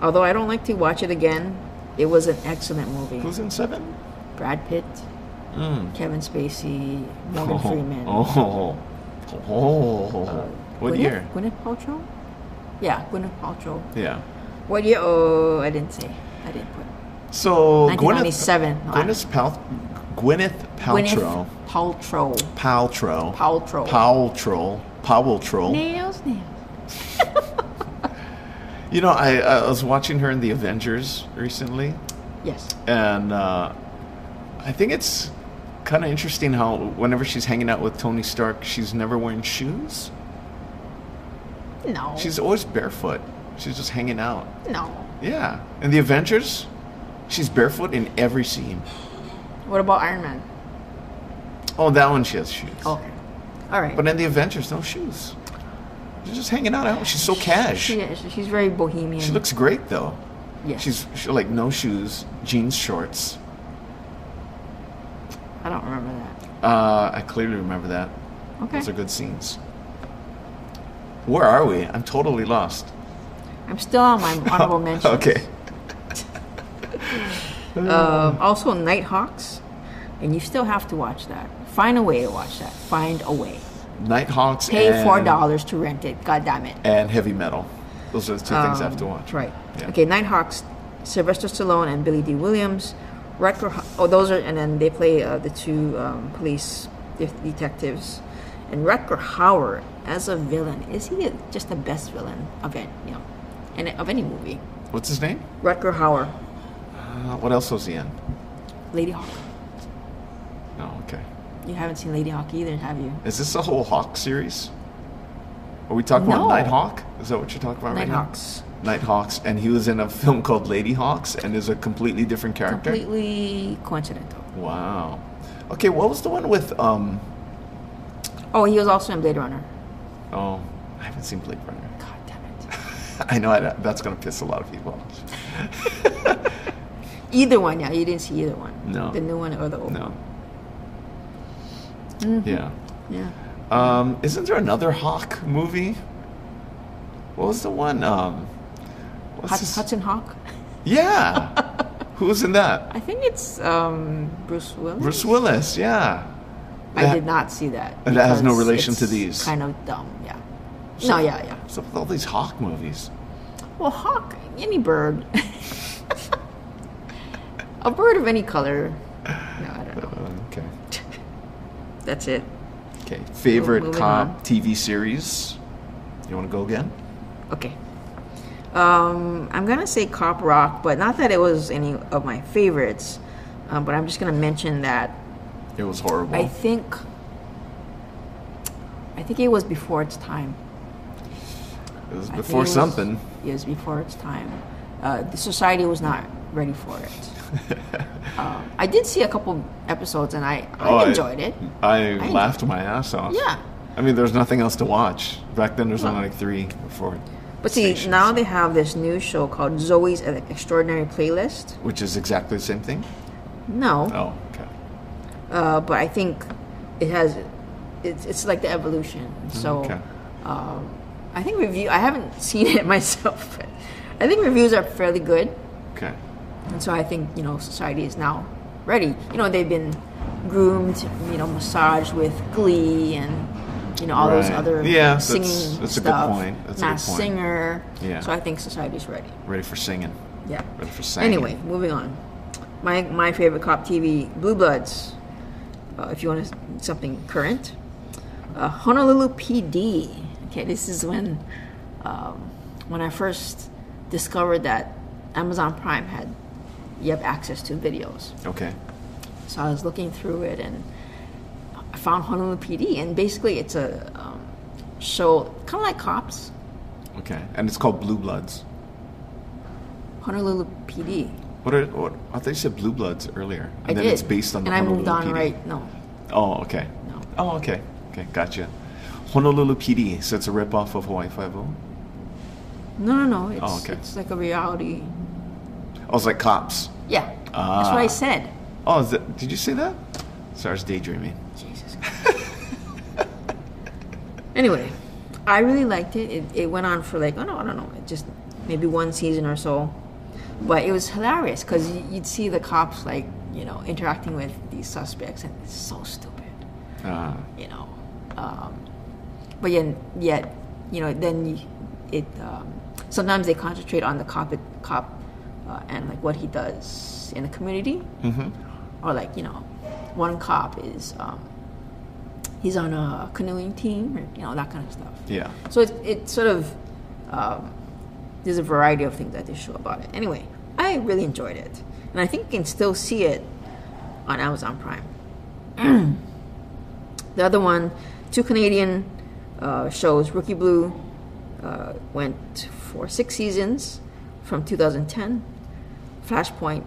[SPEAKER 2] Although I don't like to watch it again, it was an excellent movie.
[SPEAKER 1] who's in seven?
[SPEAKER 2] Brad Pitt, Kevin Spacey, Morgan
[SPEAKER 1] oh,
[SPEAKER 2] Freeman.
[SPEAKER 1] Oh, oh, what
[SPEAKER 2] Gwyneth,
[SPEAKER 1] year?
[SPEAKER 2] Gwyneth Paltrow. Yeah, Gwyneth Paltrow.
[SPEAKER 1] Yeah.
[SPEAKER 2] What year? Oh, I didn't say. I didn't put.
[SPEAKER 1] So Gwyneth,
[SPEAKER 2] 1997.
[SPEAKER 1] Gwyneth, Pal- Gwyneth Paltrow.
[SPEAKER 2] Gwyneth Paltrow.
[SPEAKER 1] Paltrow.
[SPEAKER 2] Paltrow.
[SPEAKER 1] Paltrow. Powell
[SPEAKER 2] Nails, nails.
[SPEAKER 1] You know, I, I was watching her in the Avengers recently,
[SPEAKER 2] Yes.
[SPEAKER 1] and uh, I think it's kind of interesting how whenever she's hanging out with Tony Stark, she's never wearing shoes.
[SPEAKER 2] No.
[SPEAKER 1] She's always barefoot. She's just hanging out.
[SPEAKER 2] no.
[SPEAKER 1] Yeah. In the Avengers, she's barefoot in every scene.
[SPEAKER 2] What about Iron Man?
[SPEAKER 1] Oh, that one she has shoes.
[SPEAKER 2] Okay. All right.
[SPEAKER 1] But in the Avengers, no shoes. She's just hanging out. She's so cash.
[SPEAKER 2] she is. She's very bohemian.
[SPEAKER 1] She looks great though.
[SPEAKER 2] Yes.
[SPEAKER 1] She's she, like no shoes, jeans, shorts.
[SPEAKER 2] I don't remember that.
[SPEAKER 1] Uh, I clearly remember that. Those
[SPEAKER 2] Okay.
[SPEAKER 1] are good scenes. Where are we? I'm totally lost.
[SPEAKER 2] I'm still on my honorable mentions.
[SPEAKER 1] Okay.
[SPEAKER 2] Um, also, Nighthawks, and you still have to watch that. Find a way to watch that. Find a way.
[SPEAKER 1] Nighthawks
[SPEAKER 2] Pay
[SPEAKER 1] and,
[SPEAKER 2] four dollars to rent it. God damn it.
[SPEAKER 1] and heavy metal. Those are the two things I have to watch.
[SPEAKER 2] Um, Right.
[SPEAKER 1] Yeah.
[SPEAKER 2] Okay, Nighthawks, Sylvester Stallone and Billy D. Williams. Rutger, Hu- oh, those are, and then they play uh, the two um, police de- detectives. And Rutger Hauer as a villain, is he just the best villain of it, you know, and of any movie?
[SPEAKER 1] What's his name?
[SPEAKER 2] Rutger Hauer,
[SPEAKER 1] Uh, what else was he in?
[SPEAKER 2] Lady Hawk.
[SPEAKER 1] No, okay.
[SPEAKER 2] You haven't seen Lady Hawk either, have you?
[SPEAKER 1] Is this a whole Hawk series? Are we talking
[SPEAKER 2] No.
[SPEAKER 1] about Nighthawk? Is that what you're talking about
[SPEAKER 2] Nighthawks.
[SPEAKER 1] right now? Nighthawks. And he was in a film called Lady Hawks and is a completely different character.
[SPEAKER 2] Completely coincidental.
[SPEAKER 1] Wow. Okay, what was the one with um
[SPEAKER 2] Oh, he was also in Blade Runner.
[SPEAKER 1] oh, I haven't seen Blade Runner.
[SPEAKER 2] God damn it.
[SPEAKER 1] I know I, that's going to piss a lot of people off.
[SPEAKER 2] Either one, yeah, you didn't see either one.
[SPEAKER 1] No.
[SPEAKER 2] The new one or the old one.
[SPEAKER 1] No.
[SPEAKER 2] Mm-hmm.
[SPEAKER 1] Yeah.
[SPEAKER 2] Yeah.
[SPEAKER 1] Um, isn't there another Hawk movie? What was the one? Um, what's
[SPEAKER 2] Hut-
[SPEAKER 1] his-
[SPEAKER 2] Hudson Hawk.
[SPEAKER 1] Yeah. Who was in that?
[SPEAKER 2] I think it's um, Bruce Willis.
[SPEAKER 1] Bruce Willis. Yeah.
[SPEAKER 2] I did not see that.
[SPEAKER 1] And that has no
[SPEAKER 2] because
[SPEAKER 1] relation to
[SPEAKER 2] it's
[SPEAKER 1] these.
[SPEAKER 2] Kind of dumb, yeah. No, yeah, yeah.
[SPEAKER 1] What's up with all these Hawk movies?
[SPEAKER 2] Well, hawk, any bird, a bird of any color. No, I don't know.
[SPEAKER 1] Uh, okay.
[SPEAKER 2] That's it.
[SPEAKER 1] Okay. Favorite
[SPEAKER 2] moving
[SPEAKER 1] cop
[SPEAKER 2] on.
[SPEAKER 1] TV series? You want to go again?
[SPEAKER 2] Okay. Um, I'm gonna say Cop Rock, but not that it was any of my favorites. Um, but I'm just gonna mention that
[SPEAKER 1] It was horrible.
[SPEAKER 2] I think I think it was before its time.
[SPEAKER 1] it was
[SPEAKER 2] I think
[SPEAKER 1] before
[SPEAKER 2] it was-
[SPEAKER 1] something.
[SPEAKER 2] It was before its time. Uh, the society was not ready for it. um, I did see a couple episodes and I, I
[SPEAKER 1] Oh,
[SPEAKER 2] enjoyed it.
[SPEAKER 1] I,
[SPEAKER 2] enjoyed
[SPEAKER 1] laughed my ass off.
[SPEAKER 2] Yeah.
[SPEAKER 1] I mean, there's nothing else to watch. Back then, there's
[SPEAKER 2] No.
[SPEAKER 1] only like three or four.
[SPEAKER 2] But see,
[SPEAKER 1] stations,
[SPEAKER 2] now they have this new show called Zoe's Extraordinary Playlist.
[SPEAKER 1] Which is exactly the same thing.
[SPEAKER 2] No,
[SPEAKER 1] Oh, okay.
[SPEAKER 2] uh, but I think it has, it's, it's like the evolution. So
[SPEAKER 1] Okay.
[SPEAKER 2] um, I think review, I haven't seen it myself, but I think reviews are fairly good.
[SPEAKER 1] Okay.
[SPEAKER 2] And so I think, you know, society is now ready. You know, they've been groomed, you know, massaged with glee and, you know, all those
[SPEAKER 1] Right.
[SPEAKER 2] other
[SPEAKER 1] Yeah, that's-
[SPEAKER 2] singing
[SPEAKER 1] that's a good
[SPEAKER 2] stuff.
[SPEAKER 1] point. That's a good
[SPEAKER 2] Mass
[SPEAKER 1] point.
[SPEAKER 2] singer.
[SPEAKER 1] Yeah.
[SPEAKER 2] So I think society's ready.
[SPEAKER 1] Ready for singing.
[SPEAKER 2] Yeah.
[SPEAKER 1] Ready for singing.
[SPEAKER 2] Anyway, moving on. My, my favorite cop TV, Blue Bloods. Uh, if you want to, something current. Uh, Honolulu PD. Okay, this is when um, when I first discovered that Amazon Prime had you have access to videos.
[SPEAKER 1] Okay.
[SPEAKER 2] So I was looking through it and I found Honolulu PD, and basically it's a um, show kind of like Cops.
[SPEAKER 1] Okay. And it's called Blue Bloods.
[SPEAKER 2] Honolulu PD.
[SPEAKER 1] What are what? I thought you said Blue Bloods earlier. And
[SPEAKER 2] I
[SPEAKER 1] then
[SPEAKER 2] did.
[SPEAKER 1] it's based on the
[SPEAKER 2] and I moved
[SPEAKER 1] Honolulu
[SPEAKER 2] on
[SPEAKER 1] PD.
[SPEAKER 2] right. No,
[SPEAKER 1] Oh, okay.
[SPEAKER 2] No.
[SPEAKER 1] Oh, okay. Okay, gotcha. Honolulu PD. So it's a ripoff of Hawaii Five O.
[SPEAKER 2] No, no, no. It's,
[SPEAKER 1] Oh, okay.
[SPEAKER 2] it's like a reality.
[SPEAKER 1] Oh, it's like cops.
[SPEAKER 2] Yeah. That's
[SPEAKER 1] Ah.
[SPEAKER 2] what I said.
[SPEAKER 1] Oh, is that, did you see that? Sorry, I was daydreaming.
[SPEAKER 2] Jesus. anyway, I really liked it. it. It went on for like, oh no, I don't know, it just maybe one season or so. But it was hilarious because you'd see the cops like, you know, interacting with these suspects and it's so stupid.
[SPEAKER 1] Uh,
[SPEAKER 2] you know. Um, but yet, yet, you know, then you- it um, sometimes they concentrate on the cop, cop, uh, and like what he does in the community, mm-hmm. or like you know, one cop is um, he's on a canoeing team, or you know that kind of stuff.
[SPEAKER 1] yeah.
[SPEAKER 2] So it it sort of um, there's a variety of things that they show about it. Anyway, I really enjoyed it, and I think you can still see it on Amazon Prime. the other one, two Canadian uh, shows, Rookie Blue, uh, went for six seasons from 2010. Flashpoint,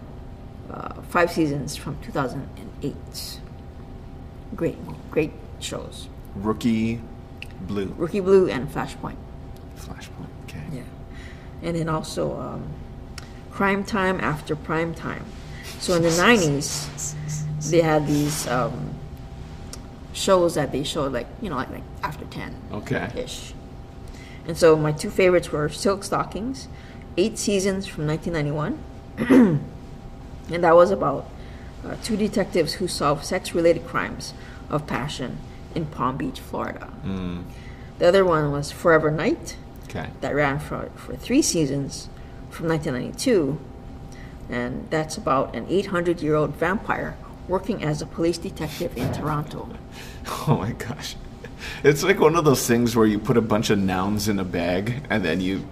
[SPEAKER 2] uh, five seasons from 2008. Great, great shows.
[SPEAKER 1] Rookie Blue.
[SPEAKER 2] Rookie Blue and Flashpoint.
[SPEAKER 1] Flashpoint. Okay.
[SPEAKER 2] Yeah. And then also um, Crime Time after Prime Time. So in the 90s, they had these um, shows that they showed, like, you know, like, like after 10
[SPEAKER 1] Okay.
[SPEAKER 2] ish. And so my two favorites were Silk Stockings, eight seasons from 1991, and that was about uh, two detectives who solved sex-related crimes of passion in Palm Beach, Florida. The other one was Forever Night,
[SPEAKER 1] Okay.
[SPEAKER 2] that ran for, for three seasons from 1992, and that's about an 800 year old vampire working as a police detective in Toronto.
[SPEAKER 1] Oh my gosh. It's like one of those things where you put a bunch of nouns in a bag and then you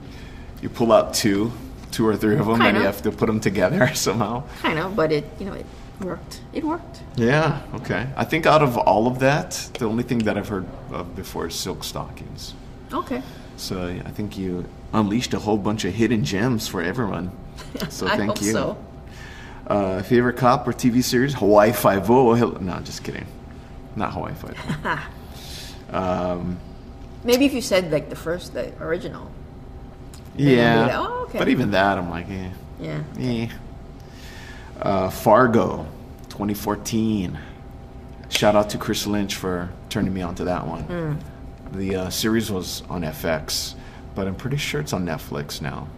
[SPEAKER 1] you pull out two, two or three of them and
[SPEAKER 2] Kinda.
[SPEAKER 1] you have to put them together somehow.
[SPEAKER 2] Kind of, but it you know it worked. It worked.
[SPEAKER 1] Yeah, okay. I think out of all of that, the only thing that I've heard of before is silk stockings.
[SPEAKER 2] Okay.
[SPEAKER 1] So I think you unleashed a whole bunch of hidden gems for everyone. So
[SPEAKER 2] I
[SPEAKER 1] thank
[SPEAKER 2] hope
[SPEAKER 1] you.
[SPEAKER 2] so.
[SPEAKER 1] Uh, favorite cop or TV series? Hawaii Five O. No, just kidding. Not Hawaii Five O. um,
[SPEAKER 2] Maybe if you said like the first, the original.
[SPEAKER 1] yeah.
[SPEAKER 2] like, "Oh, okay."
[SPEAKER 1] But even that, I'm like, eh.
[SPEAKER 2] Yeah.
[SPEAKER 1] eh. Uh, Fargo, 2014. Shout out to Chris Lynch for turning me on to that one.
[SPEAKER 2] Hmm.
[SPEAKER 1] The uh, series was on FX, but I'm pretty sure it's on Netflix now.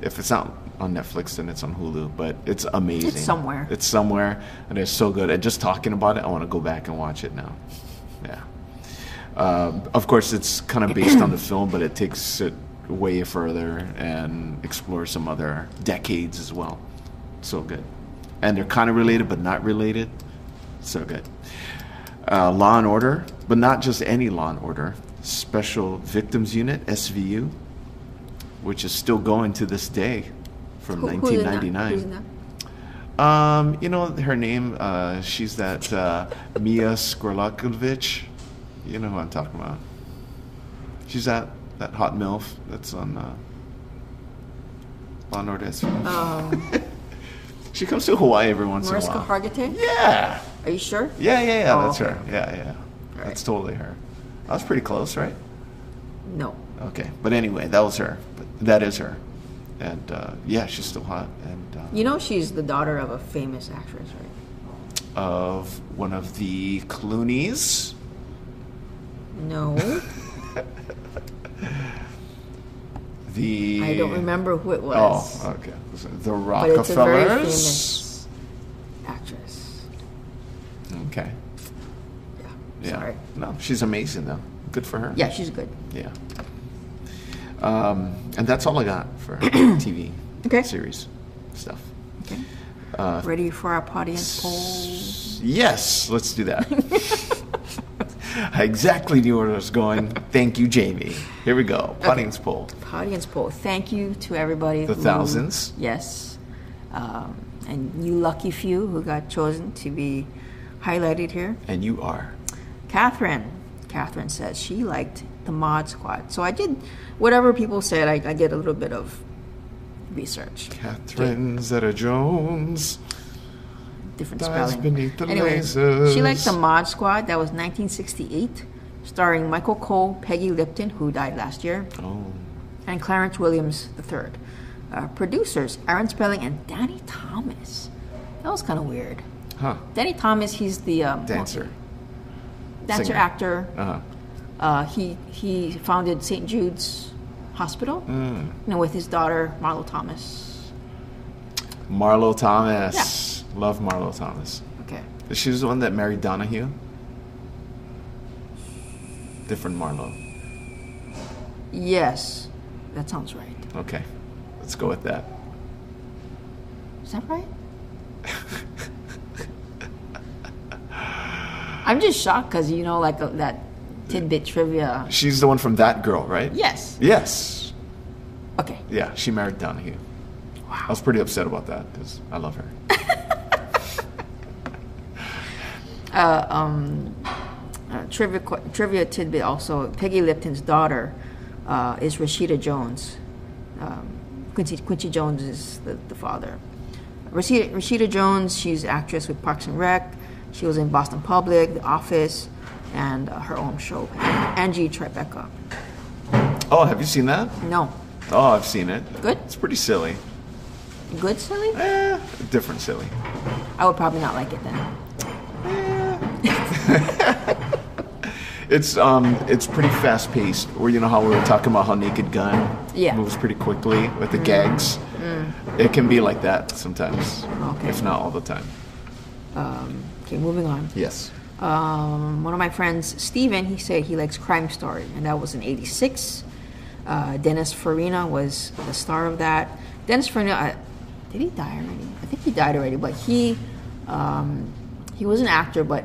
[SPEAKER 1] If it's not on Netflix, then it's on Hulu, but it's amazing.
[SPEAKER 2] It's somewhere.
[SPEAKER 1] It's somewhere, and it's so good. And just talking about it, I want to go back and watch it now. Yeah. Um, of course, it's kind of based on the film, but it takes it way further and explores some other decades as well. So good. And they're kind of related, but not related. So good. Uh, Law and Order, but not just any Law and Order. Special Victims Unit, SVU, which is still going to this day from
[SPEAKER 2] Who- who's in that?
[SPEAKER 1] 1999.
[SPEAKER 2] Who's in that?
[SPEAKER 1] Um, you know her name. Uh, she's that uh, Mia Skorlakovich. You know who I'm talking about. She's that that hot milf that's on uh, Law and Order. SVU.
[SPEAKER 2] Um,
[SPEAKER 1] she comes to Hawaii every once in a
[SPEAKER 2] Mariska
[SPEAKER 1] while.
[SPEAKER 2] Hargitay?
[SPEAKER 1] Yeah,
[SPEAKER 2] Are you sure?
[SPEAKER 1] yeah, yeah, yeah.
[SPEAKER 2] Oh,
[SPEAKER 1] that's
[SPEAKER 2] okay.
[SPEAKER 1] her. Yeah, yeah.
[SPEAKER 2] All
[SPEAKER 1] That's
[SPEAKER 2] right.
[SPEAKER 1] totally her. That was pretty close, right?
[SPEAKER 2] No.
[SPEAKER 1] Okay, but anyway, that was her. But that is her, and uh, yeah, she's still hot. And uh,
[SPEAKER 2] You know she's the daughter of a famous actress, right?
[SPEAKER 1] of one of the Clooney's.
[SPEAKER 2] No.
[SPEAKER 1] The
[SPEAKER 2] I don't remember who it was.
[SPEAKER 1] Oh, okay. The
[SPEAKER 2] But it's a very
[SPEAKER 1] Rockefellers.
[SPEAKER 2] famous actress.
[SPEAKER 1] Okay.
[SPEAKER 2] Yeah.
[SPEAKER 1] Yeah.
[SPEAKER 2] Sorry.
[SPEAKER 1] No, she's amazing though. Good for her.
[SPEAKER 2] Yeah, she's good.
[SPEAKER 1] Yeah. Um, and that's all I got for TV
[SPEAKER 2] Okay.
[SPEAKER 1] series stuff.
[SPEAKER 2] Okay.
[SPEAKER 1] Uh,
[SPEAKER 2] Ready for our audience poll?
[SPEAKER 1] Yes, let's do that. I exactly knew where I was going. Thank you, Jamie. Here we go. Audience poll.
[SPEAKER 2] Audience poll. Thank you to everybody.
[SPEAKER 1] The
[SPEAKER 2] who-
[SPEAKER 1] thousands.
[SPEAKER 2] Yes. Um, and you lucky few who got chosen to be highlighted here.
[SPEAKER 1] And you are.
[SPEAKER 2] Catherine. Catherine says she liked the Mod Squad. So I did whatever people said. I, I did a little bit of research,
[SPEAKER 1] Catherine Zeta Jones.
[SPEAKER 2] different
[SPEAKER 1] Dies
[SPEAKER 2] spelling.
[SPEAKER 1] beneath the
[SPEAKER 2] anyway, she liked the
[SPEAKER 1] lasers.
[SPEAKER 2] Mod Squad. That was 1968, starring Michael Cole, Peggy Lipton, who died last year,
[SPEAKER 1] Oh.
[SPEAKER 2] and Clarence Williams III. Uh, producers Aaron Spelling and Danny Thomas. That was kind of weird.
[SPEAKER 1] Huh.
[SPEAKER 2] Danny Thomas, he's the um,
[SPEAKER 1] Dancer.
[SPEAKER 2] dancer
[SPEAKER 1] singer.
[SPEAKER 2] actor.
[SPEAKER 1] Uh huh.
[SPEAKER 2] Uh, he he founded St. Jude's Hospital,
[SPEAKER 1] Hmm.
[SPEAKER 2] you know, with his daughter Marlo Thomas.
[SPEAKER 1] Marlo Thomas. Love Marlo Thomas.
[SPEAKER 2] Okay,
[SPEAKER 1] She was the one that married Donahue. Different Marlo.
[SPEAKER 2] yes, that sounds right.
[SPEAKER 1] Okay. Let's go with that.
[SPEAKER 2] Is that right? I'm just shocked because you know, like uh, that tidbit trivia.
[SPEAKER 1] She's the one from That Girl, right?
[SPEAKER 2] Yes.
[SPEAKER 1] Yes.
[SPEAKER 2] Okay.
[SPEAKER 1] Yeah, she married Donahue. Wow. I was pretty upset about that because I love her.
[SPEAKER 2] Uh, trivia qu- trivia tidbit also. Peggy Lipton's daughter uh, is Rashida Jones. Um, Quincy Quincy Jones is the, the father. Rashida, Rashida Jones, she's actress with Parks and Rec. She was in Boston Public, The Office, and uh, her own show, Angie Tribeca.
[SPEAKER 1] Oh, have you seen that?
[SPEAKER 2] No,
[SPEAKER 1] Oh, I've seen it.
[SPEAKER 2] Good?
[SPEAKER 1] It's pretty silly.
[SPEAKER 2] good silly.
[SPEAKER 1] Eh, different silly.
[SPEAKER 2] I would probably not like it then.
[SPEAKER 1] It's um, it's pretty fast paced. Or you know how we were talking about how Naked Gun
[SPEAKER 2] Yeah. Mm.
[SPEAKER 1] moves pretty quickly with the gags. It can be like that sometimes,
[SPEAKER 2] Okay.
[SPEAKER 1] if not all the time.
[SPEAKER 2] Okay, moving on.
[SPEAKER 1] Yes.
[SPEAKER 2] Um, one of my friends, Steven, he said he likes Crime Story, and that was in '86. Uh, Dennis Farina was the star of that. Dennis Farina, uh, did he die already? I think he died already, but he um, he was an actor, but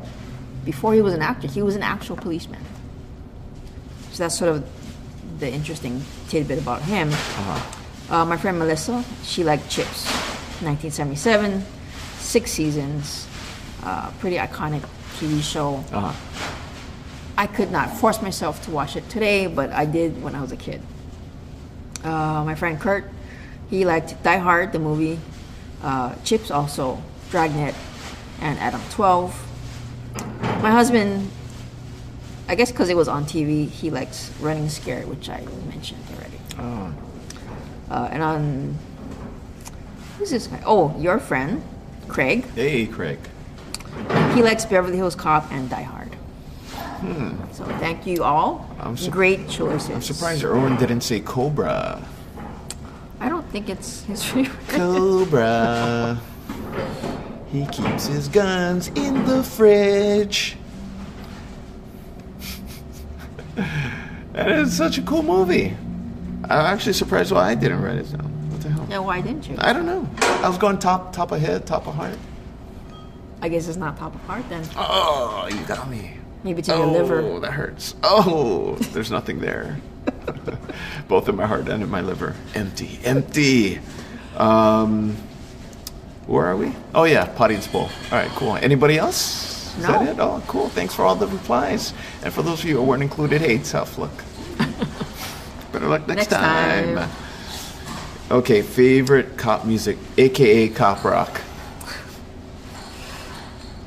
[SPEAKER 2] before he was an actor, he was an actual policeman. So that's sort of the interesting tidbit about him. Uh, my friend Melissa, she liked Chips, 1977, six seasons, uh, pretty iconic TV show.
[SPEAKER 1] Uh-huh.
[SPEAKER 2] I could not force myself to watch it today, but I did when I was a kid. Uh, my friend Kurt, he liked Die Hard, the movie, uh, Chips also, Dragnet, and Adam 12. My husband, I guess because it was on TV, he likes Running Scared, which I mentioned already. Uh, and on, who's this guy? Oh, your friend, Craig.
[SPEAKER 1] Hey, Craig.
[SPEAKER 2] He likes Beverly Hills Cop and Die Hard. So thank you all.
[SPEAKER 1] Hmm. I'm sur-
[SPEAKER 2] Great choices.
[SPEAKER 1] I'm surprised Erwin didn't say Cobra.
[SPEAKER 2] I don't think it's his favorite.
[SPEAKER 1] Cobra. he keeps his guns in the fridge. that is such a cool movie. I'm actually surprised why I didn't write it down. What the hell?
[SPEAKER 2] yeah, why didn't you?
[SPEAKER 1] I don't know. I was going top, top of head, top of heart.
[SPEAKER 2] I guess it's not top of heart then.
[SPEAKER 1] Oh, you got me.
[SPEAKER 2] Maybe to your liver.
[SPEAKER 1] Oh, that hurts. Oh, there's nothing there. Both in my heart and in my liver. Empty, empty. Um, where are we? Oh yeah, potty and spool. All right, cool. Anybody else? Is
[SPEAKER 2] No.
[SPEAKER 1] that it? Oh, cool. Thanks for all the replies. And for those of you who weren't included, hey, tough luck. Better luck next,
[SPEAKER 2] Next time.
[SPEAKER 1] Okay, favorite cop music, aka cop rock.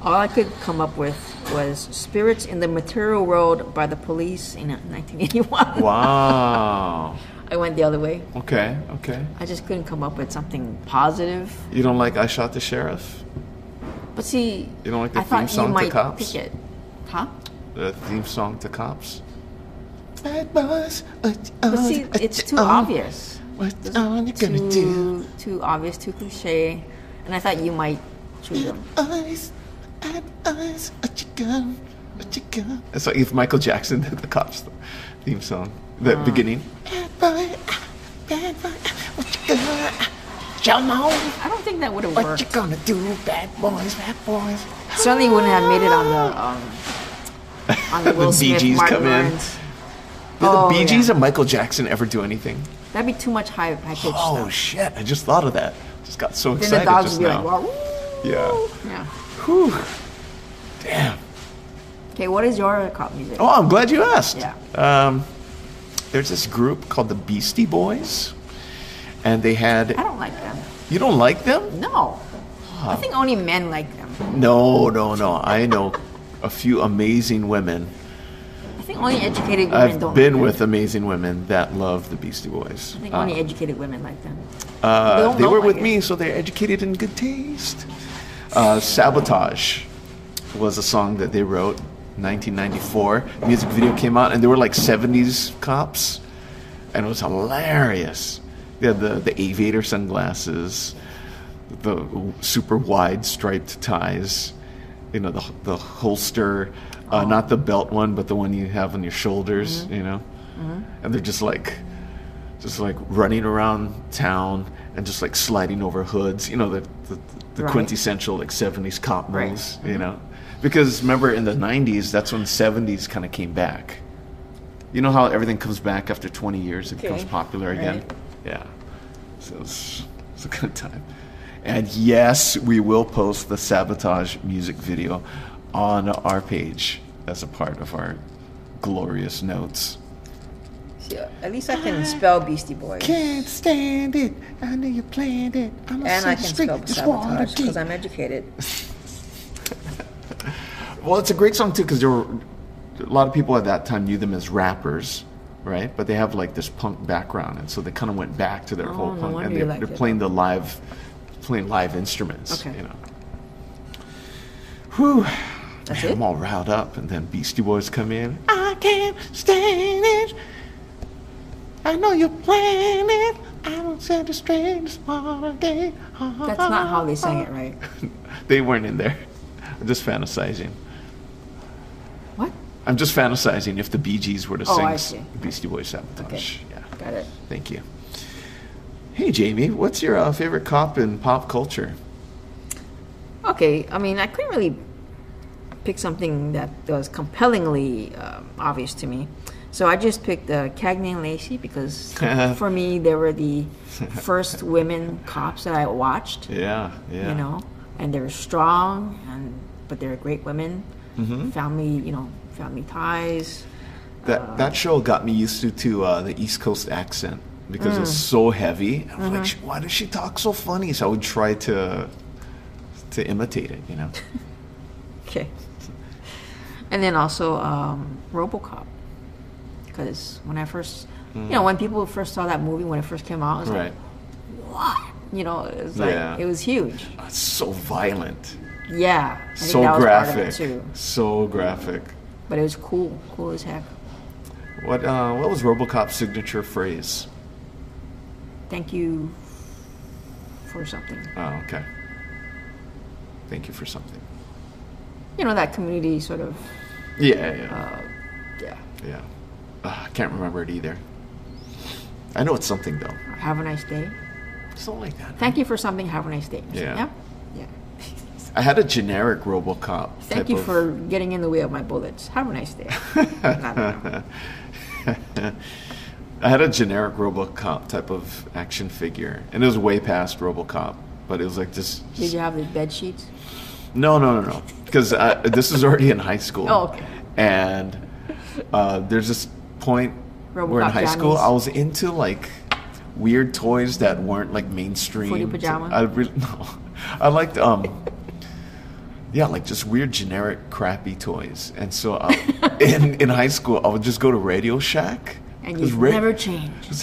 [SPEAKER 2] All I could come up with was Spirits in the Material World by the Police in 1981.
[SPEAKER 1] Wow.
[SPEAKER 2] I went the other way.
[SPEAKER 1] okay, okay.
[SPEAKER 2] I just couldn't come up with something positive.
[SPEAKER 1] You don't like I Shot the Sheriff?
[SPEAKER 2] But see,
[SPEAKER 1] You don't like the
[SPEAKER 2] I thought
[SPEAKER 1] theme song
[SPEAKER 2] you
[SPEAKER 1] to
[SPEAKER 2] might
[SPEAKER 1] Cops?
[SPEAKER 2] pick it. Huh?
[SPEAKER 1] the theme song to Cops. Bad boys, what,
[SPEAKER 2] But
[SPEAKER 1] on-
[SPEAKER 2] see,
[SPEAKER 1] what
[SPEAKER 2] it's too
[SPEAKER 1] on-
[SPEAKER 2] obvious.
[SPEAKER 1] What on you gonna
[SPEAKER 2] too,
[SPEAKER 1] do?
[SPEAKER 2] Too obvious, too cliche. And I thought you might choose them.
[SPEAKER 1] Eyes, bad eyes, what you gonna, what you gonna? It's like if Michael Jackson did the Cops theme song,
[SPEAKER 2] Ah.
[SPEAKER 1] the beginning. Bad boy, ah, bad boy, ah, what you gonna, ah, jump on?
[SPEAKER 2] I don't think that would have
[SPEAKER 1] What you
[SPEAKER 2] worked.
[SPEAKER 1] gonna do, bad boys, bad boys?
[SPEAKER 2] Certainly wouldn't have made it on the um, on the
[SPEAKER 1] The
[SPEAKER 2] Will Smith,
[SPEAKER 1] BGs
[SPEAKER 2] Martin
[SPEAKER 1] come in.
[SPEAKER 2] Lawrence.
[SPEAKER 1] Did
[SPEAKER 2] Oh,
[SPEAKER 1] the Bee Gees
[SPEAKER 2] yeah.
[SPEAKER 1] and Michael Jackson ever do anything?
[SPEAKER 2] That'd be too much high high pitch
[SPEAKER 1] Oh
[SPEAKER 2] stuff.
[SPEAKER 1] shit! I just thought of that. Just got so
[SPEAKER 2] then the
[SPEAKER 1] excited
[SPEAKER 2] dogs
[SPEAKER 1] just
[SPEAKER 2] would be
[SPEAKER 1] now.
[SPEAKER 2] like, wow.
[SPEAKER 1] yeah.
[SPEAKER 2] Yeah.
[SPEAKER 1] Whew. Damn.
[SPEAKER 2] Okay, what is your cop music?
[SPEAKER 1] Oh, I'm glad you asked.
[SPEAKER 2] Yeah.
[SPEAKER 1] Um, there's this group called the Beastie Boys, and they
[SPEAKER 2] I
[SPEAKER 1] had.
[SPEAKER 2] don't like them.
[SPEAKER 1] You don't like them?
[SPEAKER 2] No. I think only men like them.
[SPEAKER 1] No, no, no. I know a few amazing women.
[SPEAKER 2] I think only educated women
[SPEAKER 1] I've
[SPEAKER 2] don't
[SPEAKER 1] been
[SPEAKER 2] like
[SPEAKER 1] with
[SPEAKER 2] them.
[SPEAKER 1] amazing women that love the Beastie Boys.
[SPEAKER 2] I think
[SPEAKER 1] Uh,
[SPEAKER 2] only educated women like them.
[SPEAKER 1] uh,
[SPEAKER 2] they don't
[SPEAKER 1] they
[SPEAKER 2] look
[SPEAKER 1] were
[SPEAKER 2] like
[SPEAKER 1] with
[SPEAKER 2] it.
[SPEAKER 1] me, so they're educated in good taste. Uh, Sabotage was a song that they wrote. 1994 music video came out and they were like 70s cops and it was hilarious they had the, the aviator sunglasses the w- super wide striped ties you know the, the holster uh,
[SPEAKER 2] Oh.
[SPEAKER 1] not the belt one but the one you have on your shoulders
[SPEAKER 2] Mm-hmm.
[SPEAKER 1] you know and they're just like just like running around town and just like sliding over hoods you know the, the, the
[SPEAKER 2] Right.
[SPEAKER 1] quintessential like 70s cop
[SPEAKER 2] Right. Mm-hmm.
[SPEAKER 1] moves you know because remember in the 90s that's when 70s kind of came back you know how everything comes back after 20 years it becomes
[SPEAKER 2] Okay.
[SPEAKER 1] popular again
[SPEAKER 2] Right.
[SPEAKER 1] yeah so it's, it's a good time and yes we will post the sabotage music video on our page as a part of our glorious notes
[SPEAKER 2] See, at least I can spell Beastie Boys.
[SPEAKER 1] can't stand it i know you planned it i'm a
[SPEAKER 2] And I can
[SPEAKER 1] street,
[SPEAKER 2] spell
[SPEAKER 1] just wanna
[SPEAKER 2] sabotage because
[SPEAKER 1] get-
[SPEAKER 2] I'm educated.
[SPEAKER 1] Well, it's a great song too because there were a lot of people at that time knew them as rappers, right? But they have like this punk background, and so they kind of went back to their whole
[SPEAKER 2] Oh, no
[SPEAKER 1] punk,
[SPEAKER 2] wonder
[SPEAKER 1] and
[SPEAKER 2] you
[SPEAKER 1] they,
[SPEAKER 2] liked
[SPEAKER 1] they're
[SPEAKER 2] it.
[SPEAKER 1] playing the live, playing live instruments.
[SPEAKER 2] Okay.
[SPEAKER 1] You know. Whew.
[SPEAKER 2] That's
[SPEAKER 1] Man,
[SPEAKER 2] it?
[SPEAKER 1] I'm all riled up, and then Beastie Boys come in. I can't stand it. I know you're playing it.
[SPEAKER 2] That's not how they sang it, right?
[SPEAKER 1] They weren't in there. I'm just fantasizing.
[SPEAKER 2] What?
[SPEAKER 1] I'm just fantasizing if the Bee Gees were to
[SPEAKER 2] Oh,
[SPEAKER 1] sing
[SPEAKER 2] I
[SPEAKER 1] s-
[SPEAKER 2] see.
[SPEAKER 1] Beastie Boys Sabotage. Yeah.
[SPEAKER 2] Got it.
[SPEAKER 1] Thank you. Hey, Jamie, what's your uh, favorite cop in pop culture?
[SPEAKER 2] Okay, I mean, I couldn't really pick something that was compellingly um, obvious to me. So I just picked uh, Cagney and Lacey because for me, they were the first women cops that I watched,
[SPEAKER 1] Yeah, yeah.
[SPEAKER 2] you know, and they were strong, and but they were great women. Family, you know, family ties.
[SPEAKER 1] That
[SPEAKER 2] uh,
[SPEAKER 1] that show got me used to to uh, the East Coast accent because it's
[SPEAKER 2] Mm.
[SPEAKER 1] so heavy. I'm
[SPEAKER 2] Mm-hmm.
[SPEAKER 1] like, "Sh- why does she talk so funny? So I would try to to imitate it, you know.
[SPEAKER 2] Okay. And then also um, RoboCop, because when I first, you know, when people first saw that movie when it first came out, I was like,
[SPEAKER 1] Hmm. right?
[SPEAKER 2] what? You know, it was like
[SPEAKER 1] Yeah.
[SPEAKER 2] it was huge.
[SPEAKER 1] Oh, it's so violent,
[SPEAKER 2] Yeah, I think
[SPEAKER 1] so
[SPEAKER 2] that was
[SPEAKER 1] graphic,
[SPEAKER 2] part of it too.
[SPEAKER 1] so graphic.
[SPEAKER 2] But it was cool, cool as heck.
[SPEAKER 1] What uh, what was RoboCop's signature phrase?
[SPEAKER 2] Thank you for something.
[SPEAKER 1] Oh, okay. Thank you for something.
[SPEAKER 2] You know that community sort of,
[SPEAKER 1] Yeah, yeah,
[SPEAKER 2] yeah.
[SPEAKER 1] yeah. Ugh, Uh, I can't remember it either. I know it's something though.
[SPEAKER 2] Have a nice day.
[SPEAKER 1] Something like that.
[SPEAKER 2] Thank you for something. Have a nice day.
[SPEAKER 1] Yeah.
[SPEAKER 2] Yeah. Yeah.
[SPEAKER 1] I had a generic RoboCop.
[SPEAKER 2] Thank
[SPEAKER 1] type
[SPEAKER 2] you
[SPEAKER 1] of-
[SPEAKER 2] for getting in the way of my bullets. Have a nice day. I don't know.
[SPEAKER 1] I had a generic RoboCop type of action figure, and it was way past RoboCop. But it was like this.
[SPEAKER 2] Did you have the bed sheets?
[SPEAKER 1] No, no, no, no. Because this is already in high school.
[SPEAKER 2] Oh, okay.
[SPEAKER 1] And uh, there's this point where in
[SPEAKER 2] RoboCop
[SPEAKER 1] high school
[SPEAKER 2] jammies.
[SPEAKER 1] I was into like weird toys that weren't like mainstream.
[SPEAKER 2] Footy pajama?
[SPEAKER 1] I really no. I liked um. Yeah, like just weird, generic, crappy toys. And so uh, in in high school, I would just go to Radio Shack.
[SPEAKER 2] And
[SPEAKER 1] 'Cause
[SPEAKER 2] you've
[SPEAKER 1] Ra-
[SPEAKER 2] never changed.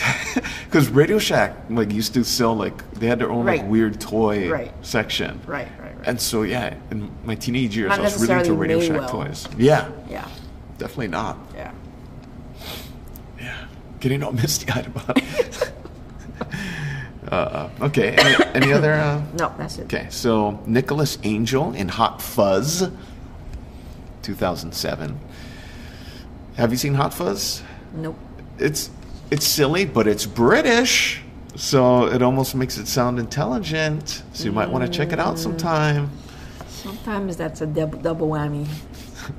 [SPEAKER 1] because Radio Shack like used to sell like they had their own
[SPEAKER 2] Right.
[SPEAKER 1] like weird toy
[SPEAKER 2] Right.
[SPEAKER 1] section.
[SPEAKER 2] Right, right, right.
[SPEAKER 1] And so yeah, in my teenage years,
[SPEAKER 2] Not
[SPEAKER 1] I was really into
[SPEAKER 2] necessarily
[SPEAKER 1] Radio
[SPEAKER 2] made
[SPEAKER 1] Shack
[SPEAKER 2] well.
[SPEAKER 1] toys. Yeah,
[SPEAKER 2] Yeah.
[SPEAKER 1] definitely not.
[SPEAKER 2] Yeah.
[SPEAKER 1] Getting all misty eyed about it. uh, okay. Any, any other? Uh,
[SPEAKER 2] No, that's it.
[SPEAKER 1] okay, so Nicholas Angel in Hot Fuzz, 2007. Have you seen Hot Fuzz?
[SPEAKER 2] Nope.
[SPEAKER 1] it's it's silly, but it's British, so it almost makes it sound intelligent. So you might want to check it out sometime.
[SPEAKER 2] Sometimes that's a dub- double whammy.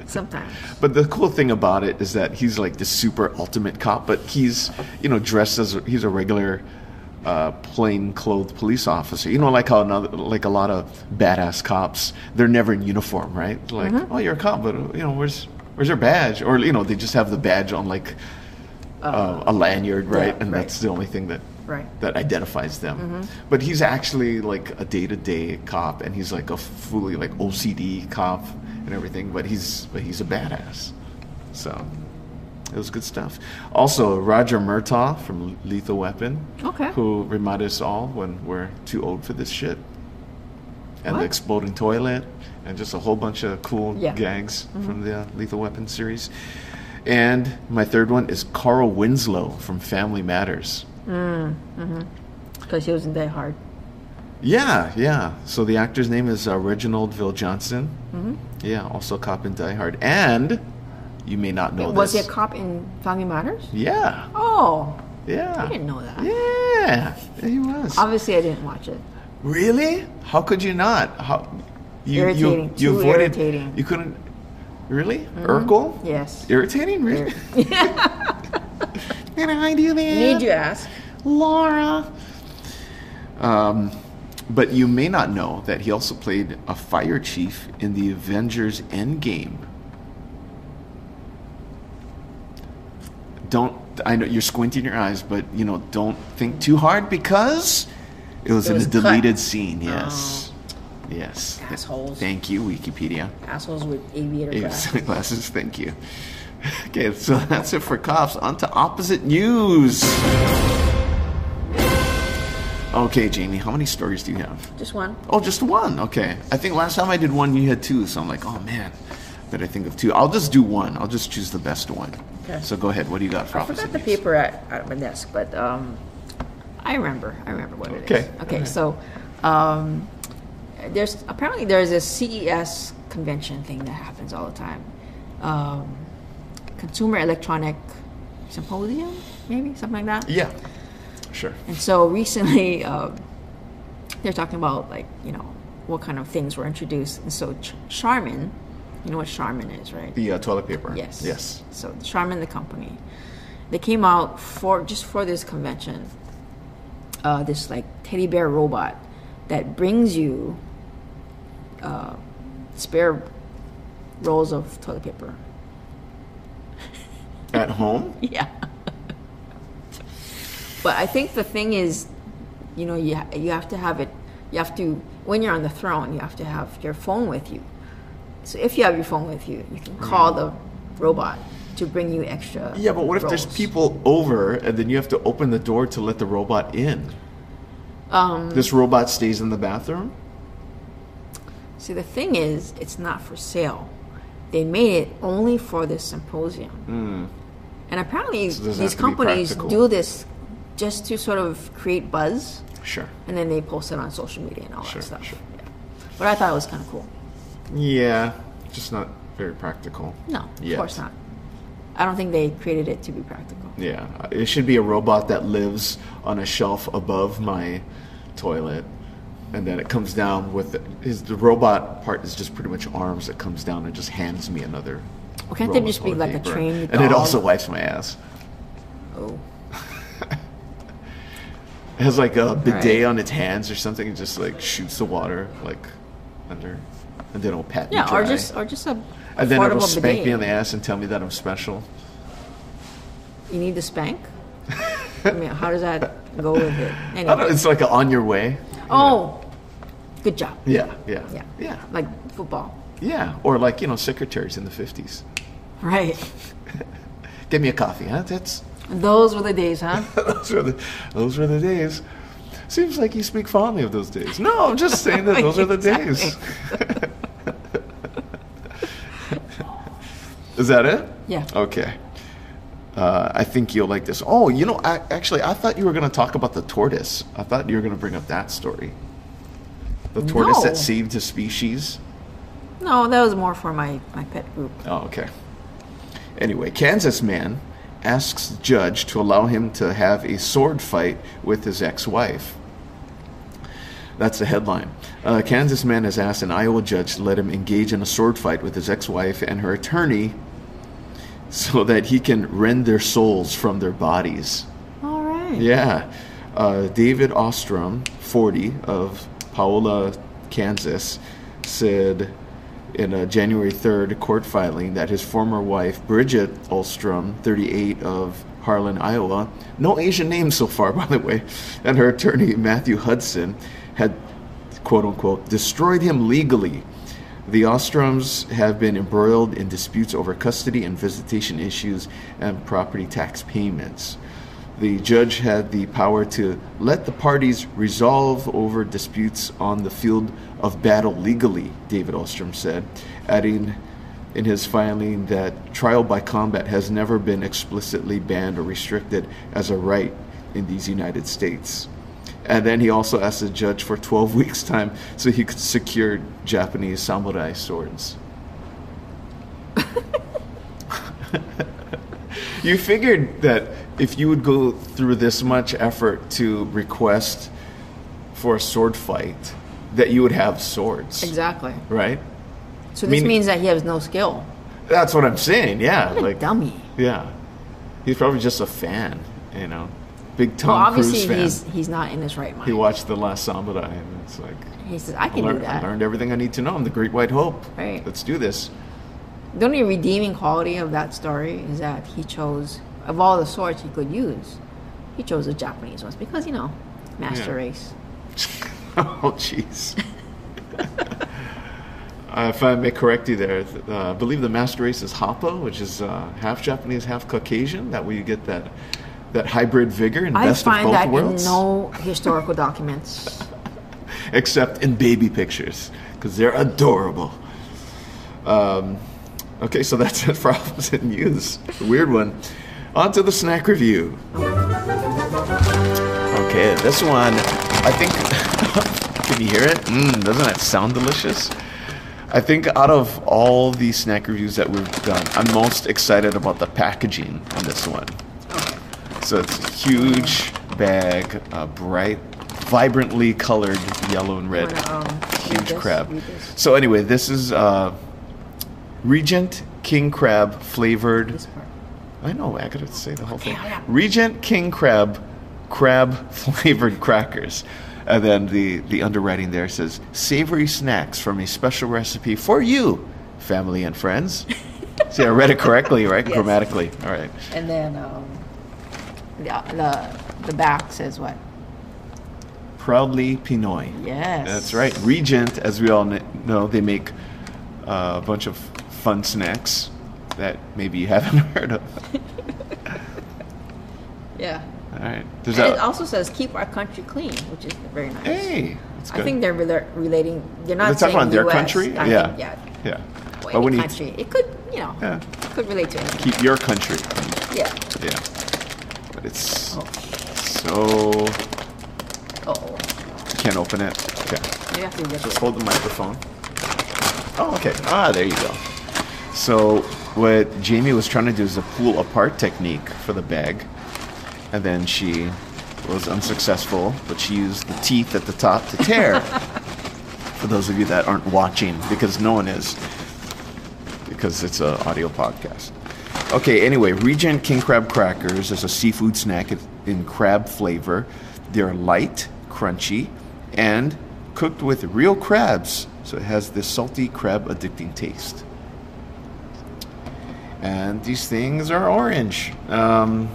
[SPEAKER 2] Sometimes.
[SPEAKER 1] But the cool thing about it is that he's like the super ultimate cop, but he's you know dressed as a, he's a regular. Uh, plain clothed police officer. You know, like how another, like a lot of badass cops, they're never in uniform, right? Like, oh, you're a cop, but you know, where's where's your badge? Or you know, they just have the badge on like uh, a lanyard, right? and
[SPEAKER 2] right.
[SPEAKER 1] that's the only thing that
[SPEAKER 2] Right. Mm-hmm.
[SPEAKER 1] that identifies them. But he's actually like a day to day cop, and he's like a fully like OCD cop and everything. But he's but he's a badass. So it was good stuff. Also, Roger Murtaugh from Lethal Weapon,
[SPEAKER 2] Okay.
[SPEAKER 1] who reminded us all when we're too old for this shit. And the
[SPEAKER 2] What?
[SPEAKER 1] exploding toilet, and just a whole bunch of cool
[SPEAKER 2] Yeah. Mm-hmm.
[SPEAKER 1] gags from the Lethal Weapon series. And my third one is Carl Winslow from Family Matters.
[SPEAKER 2] Because he was in Die Hard.
[SPEAKER 1] Yeah, yeah. So the actor's name is uh, Reginald Ville Johnson. Mm-hmm. Yeah, also cop in Die Hard. And you may not know
[SPEAKER 2] was he
[SPEAKER 1] this.
[SPEAKER 2] a cop in Family Matters?
[SPEAKER 1] Yeah,
[SPEAKER 2] Oh,
[SPEAKER 1] yeah.
[SPEAKER 2] I didn't know that.
[SPEAKER 1] Yeah, he was.
[SPEAKER 2] Obviously, I didn't watch it.
[SPEAKER 1] really? How could you not? How you
[SPEAKER 2] Irritating.
[SPEAKER 1] you, you
[SPEAKER 2] Too
[SPEAKER 1] avoided
[SPEAKER 2] irritating. Mm-hmm.
[SPEAKER 1] you couldn't really Urkel?
[SPEAKER 2] Yes.
[SPEAKER 1] Irritating, really? Can I do that?
[SPEAKER 2] Need you ask?
[SPEAKER 1] Laura. Um, but you may not know that he also played a fire chief in the Avengers Endgame. Don't I know you're squinting your eyes, but you know, don't think too hard because it was
[SPEAKER 2] It
[SPEAKER 1] in
[SPEAKER 2] was
[SPEAKER 1] a
[SPEAKER 2] cut. Oh.
[SPEAKER 1] deleted scene. Yes, yes. Th-
[SPEAKER 2] Assholes.
[SPEAKER 1] Thank you, Wikipedia.
[SPEAKER 2] Assholes with aviator
[SPEAKER 1] Yeah,
[SPEAKER 2] glasses.
[SPEAKER 1] sunglasses. Thank you. Okay, so that's it for cops. On to opposite news. Okay, Jamie, how many stories do you have?
[SPEAKER 2] Just one.
[SPEAKER 1] Oh, just one. Okay. I think last time I did one, you had two. So I'm like, oh man, better think of two. I'll just do one. I'll just choose the best one.
[SPEAKER 2] Okay.
[SPEAKER 1] So go ahead. What do you got for
[SPEAKER 2] I
[SPEAKER 1] opposite
[SPEAKER 2] forgot the
[SPEAKER 1] news?
[SPEAKER 2] paper at, at my desk, but um, I remember. I remember what it
[SPEAKER 1] Okay.
[SPEAKER 2] is. Okay. So, um, there's apparently there's a CES convention thing that happens all the time. Um, Consumer Electronic Symposium, maybe something like that.
[SPEAKER 1] Yeah. Sure.
[SPEAKER 2] And so recently, um, they're talking about like you know what kind of things were introduced. And so Ch- Charmin, you know what Charmin is, right?
[SPEAKER 1] The uh, toilet paper.
[SPEAKER 2] Yes.
[SPEAKER 1] Yes.
[SPEAKER 2] So Charmin, the company, they came out for just for this convention. Uh, this like teddy bear robot that brings you uh, spare rolls of toilet paper.
[SPEAKER 1] At home?
[SPEAKER 2] Yeah. but I think the thing is, you know, you, ha- you have to have it, you have to, when you're on the throne, you have to have your phone with you. So if you have your phone with you, you can call the robot to bring you extra.
[SPEAKER 1] Yeah, but what if there's
[SPEAKER 2] rolls.
[SPEAKER 1] people over and then you have to open the door to let the robot in? Um, this robot stays in the bathroom?
[SPEAKER 2] See, the thing is, it's not for sale. They made it only for this symposium.
[SPEAKER 1] Hmm.
[SPEAKER 2] And apparently,
[SPEAKER 1] doesn't
[SPEAKER 2] these
[SPEAKER 1] have to be
[SPEAKER 2] companies
[SPEAKER 1] practical.
[SPEAKER 2] do this just to sort of create buzz.
[SPEAKER 1] Sure.
[SPEAKER 2] and then they post it on social media and all
[SPEAKER 1] Sure,
[SPEAKER 2] that stuff.
[SPEAKER 1] sure.
[SPEAKER 2] Yeah. But I thought it was kind of cool.
[SPEAKER 1] Yeah, just not very practical.
[SPEAKER 2] No,
[SPEAKER 1] Yet.
[SPEAKER 2] of course not. I don't think they created it to be practical.
[SPEAKER 1] Yeah, it should be a robot that lives on a shelf above my toilet, and then it comes down with is the robot part is just pretty much arms that comes down and just hands me another.
[SPEAKER 2] Well, can't
[SPEAKER 1] roll
[SPEAKER 2] they
[SPEAKER 1] of
[SPEAKER 2] just be
[SPEAKER 1] toilet
[SPEAKER 2] like a
[SPEAKER 1] paper.
[SPEAKER 2] trained
[SPEAKER 1] And it
[SPEAKER 2] dog?
[SPEAKER 1] also wipes my ass.
[SPEAKER 2] Oh,
[SPEAKER 1] It has like a bidet
[SPEAKER 2] Right.
[SPEAKER 1] on its hands or something. It just like shoots the water like under, and then it'll pat me
[SPEAKER 2] yeah,
[SPEAKER 1] dry.
[SPEAKER 2] or just or just a
[SPEAKER 1] and then it'll
[SPEAKER 2] affordable
[SPEAKER 1] spank
[SPEAKER 2] bidet.
[SPEAKER 1] me on the ass and tell me that I'm special.
[SPEAKER 2] You need the spank. I mean, how does that go with it? Anyway.
[SPEAKER 1] I don't, it's like a on your way.
[SPEAKER 2] oh, good job.
[SPEAKER 1] Yeah, yeah,
[SPEAKER 2] Yeah.
[SPEAKER 1] yeah,
[SPEAKER 2] Like football,
[SPEAKER 1] yeah. Or like you know secretaries in the fifties.
[SPEAKER 2] right?
[SPEAKER 1] Give me a coffee, huh? That's
[SPEAKER 2] Those were the days, huh?
[SPEAKER 1] those were the those were the days. Seems like you speak fondly of those days. No, I'm just saying that those are the days. Is that it?
[SPEAKER 2] Yeah.
[SPEAKER 1] Okay. Uh, I think you'll like this. Oh, you know, I, actually, I thought you were going to talk about the tortoise. I thought you were going to bring up that story. The tortoise
[SPEAKER 2] No.
[SPEAKER 1] that saved his species.
[SPEAKER 2] No, that was more for my my pet group.
[SPEAKER 1] Oh, okay. Anyway, Kansas man asks judge to allow him to have a sword fight with his ex-wife. That's the headline. A Kansas man has asked an Iowa judge to let him engage in a sword fight with his ex-wife and her attorney so that he can rend their souls from their bodies.
[SPEAKER 2] All right.
[SPEAKER 1] Yeah. Uh, David Ostrom, 40, of Paola, Kansas, said in a January 3rd court filing that his former wife, Bridget Ostrom, 38, of Harlan, Iowa, no Asian names so far, by the way, and her attorney, Matthew Hudson, had quote unquote destroyed him legally. The Ostroms have been embroiled in disputes over custody and visitation issues and property tax payments. The judge had the power to let the parties resolve over disputes on the field of battle legally, David Ostrom said, adding in his filing that trial by combat has never been explicitly banned or restricted as a right in these United States. And then he also asked the judge for 12 weeks' time so he could secure Japanese samurai swords. you figured that if you would go through this much effort to request for a sword fight, that you would have swords.
[SPEAKER 2] Exactly.
[SPEAKER 1] Right?
[SPEAKER 2] So this
[SPEAKER 1] Meaning-
[SPEAKER 2] means that he has no skill.
[SPEAKER 1] That's what I'm saying, yeah.
[SPEAKER 2] What a
[SPEAKER 1] Like,
[SPEAKER 2] dummy.
[SPEAKER 1] yeah. He's probably just a fan, you know. Big Tom
[SPEAKER 2] Well, obviously
[SPEAKER 1] Cruise fan.
[SPEAKER 2] he's he's not in his right mind.
[SPEAKER 1] He watched The Last Samurai and it's like.
[SPEAKER 2] He says, I
[SPEAKER 1] I
[SPEAKER 2] can do
[SPEAKER 1] learned, I
[SPEAKER 2] that.
[SPEAKER 1] learned everything I need to know. I'm the Great White Hope.
[SPEAKER 2] Right.
[SPEAKER 1] Let's do this.
[SPEAKER 2] The only redeeming quality of that story is that he chose, of all the swords he could use, he chose the Japanese ones because, you know, master
[SPEAKER 1] Yeah.
[SPEAKER 2] race.
[SPEAKER 1] oh, jeez. uh, if I may correct you there, th- uh, I believe the master race is Hapa, which is uh, half Japanese, half Caucasian. That way you get that that hybrid vigor and
[SPEAKER 2] I
[SPEAKER 1] best of
[SPEAKER 2] find
[SPEAKER 1] both
[SPEAKER 2] that
[SPEAKER 1] worlds,
[SPEAKER 2] in no historical documents.
[SPEAKER 1] except in baby pictures because they're adorable. Um, okay, so that's it for opposite news. Weird one. On to the snack review. Okay. Okay, this one, I think. can you hear it? Mm, doesn't that sound delicious? I think out of all the snack reviews that we've done, I'm most excited about the packaging on this one. So it's a huge bag, uh, bright, vibrantly colored yellow and red.
[SPEAKER 2] Wanna, um, read
[SPEAKER 1] huge
[SPEAKER 2] this?
[SPEAKER 1] crab.
[SPEAKER 2] Read this?
[SPEAKER 1] So anyway, this is uh, Regent King Crab flavored.
[SPEAKER 2] This part.
[SPEAKER 1] I know, I gotta say the whole thing.
[SPEAKER 2] hurry up.
[SPEAKER 1] Regent King Crab, crab flavored crackers. And then the, the underwriting there says savory snacks from a special recipe for you, family and friends. See, I read it correctly, right?
[SPEAKER 2] Yes.
[SPEAKER 1] Grammatically. All right.
[SPEAKER 2] And then um, the, the the back says what?
[SPEAKER 1] Proudly Pinoy.
[SPEAKER 2] Yes.
[SPEAKER 1] That's right. Regent, as we all kn- know, they make uh, a bunch of fun snacks that maybe you haven't heard of.
[SPEAKER 2] Yeah.
[SPEAKER 1] All right. There's
[SPEAKER 2] And it
[SPEAKER 1] a-
[SPEAKER 2] also says keep our country clean, which is very nice.
[SPEAKER 1] hey, that's good.
[SPEAKER 2] I think they're rela- relating. They're not
[SPEAKER 1] They're talking
[SPEAKER 2] saying
[SPEAKER 1] about their
[SPEAKER 2] US.
[SPEAKER 1] country?
[SPEAKER 2] I
[SPEAKER 1] yeah.
[SPEAKER 2] think, yeah.
[SPEAKER 1] Yeah.
[SPEAKER 2] Or
[SPEAKER 1] but when
[SPEAKER 2] any
[SPEAKER 1] you
[SPEAKER 2] country, it could you know
[SPEAKER 1] Yeah.
[SPEAKER 2] could relate to anything.
[SPEAKER 1] keep your country,
[SPEAKER 2] Yeah.
[SPEAKER 1] yeah. But it's
[SPEAKER 2] Oh.
[SPEAKER 1] so
[SPEAKER 2] Oh.
[SPEAKER 1] you can't open it. Okay.
[SPEAKER 2] You have to rip
[SPEAKER 1] Just
[SPEAKER 2] it.
[SPEAKER 1] hold the microphone. Oh, okay. Ah, there you go. So what Jamie was trying to do is the pull apart technique for the bag, and then she was unsuccessful, but she used the teeth at the top to tear. for those of you that aren't watching, because no one is, because it's an audio podcast. Okay, anyway, Regent King Crab Crackers is a seafood snack in- in crab flavor. They're light, crunchy, and cooked with real crabs, so it has this salty, crab addicting taste. And these things are orange. Um,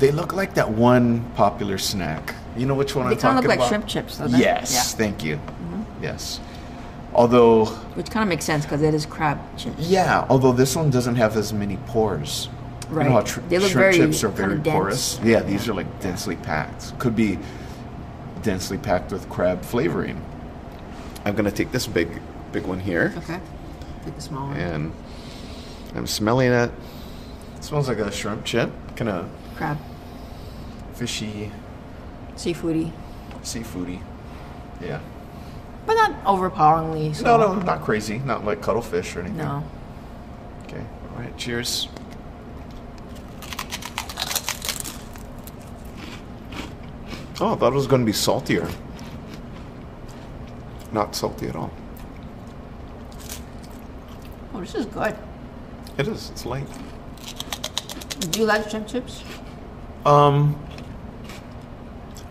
[SPEAKER 1] they look like that one popular snack. You know which one
[SPEAKER 2] They
[SPEAKER 1] I'm
[SPEAKER 2] kind
[SPEAKER 1] talking
[SPEAKER 2] of look like
[SPEAKER 1] about?
[SPEAKER 2] shrimp chips. Don't they?
[SPEAKER 1] Yes,
[SPEAKER 2] Oh, Yeah. Mm-hmm.
[SPEAKER 1] thank you. Yes. Although,
[SPEAKER 2] Which kind of makes sense because it is crab chips.
[SPEAKER 1] yeah, although this one doesn't have as many pores. You know how
[SPEAKER 2] Right.
[SPEAKER 1] tr-
[SPEAKER 2] They look
[SPEAKER 1] shrimp
[SPEAKER 2] very
[SPEAKER 1] chips are
[SPEAKER 2] kinda
[SPEAKER 1] very
[SPEAKER 2] dense.
[SPEAKER 1] porous. Yeah, these are like densely packed. Could be densely packed with crab flavoring. I'm gonna take this big, big one here,
[SPEAKER 2] Okay. Take the small one.
[SPEAKER 1] and I'm smelling it. it smells like a shrimp chip, kind of
[SPEAKER 2] Crab,
[SPEAKER 1] fishy,
[SPEAKER 2] seafoody,
[SPEAKER 1] seafoody. Yeah.
[SPEAKER 2] but not overpoweringly. So
[SPEAKER 1] No, no, not crazy. Not like cuttlefish or anything.
[SPEAKER 2] No.
[SPEAKER 1] Okay. All right. Cheers. Oh, I thought it was going to be saltier. Not salty at all.
[SPEAKER 2] Oh, this is good.
[SPEAKER 1] It is. It's light.
[SPEAKER 2] Do you like shrimp chips?
[SPEAKER 1] Um,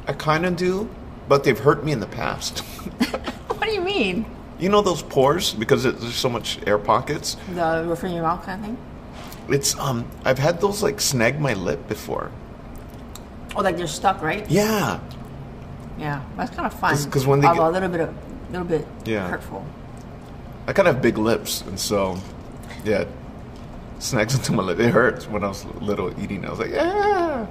[SPEAKER 1] I kind of do, but they've hurt me in the past.
[SPEAKER 2] What do you mean?
[SPEAKER 1] you know those pores because it, there's so much air pockets.
[SPEAKER 2] The roof in your mouth kind of thing?
[SPEAKER 1] It's um, I've had those like snag my lip before.
[SPEAKER 2] Oh, like they're stuck, right?
[SPEAKER 1] Yeah.
[SPEAKER 2] Yeah, that's kind of fun.
[SPEAKER 1] 'Cause- 'cause when they
[SPEAKER 2] Although
[SPEAKER 1] get-
[SPEAKER 2] a little bit, of, little bit
[SPEAKER 1] Yeah.
[SPEAKER 2] hurtful.
[SPEAKER 1] I kind of have big lips, and so, yeah, it snags into my lip. It hurts when I was little eating. I was like, ah,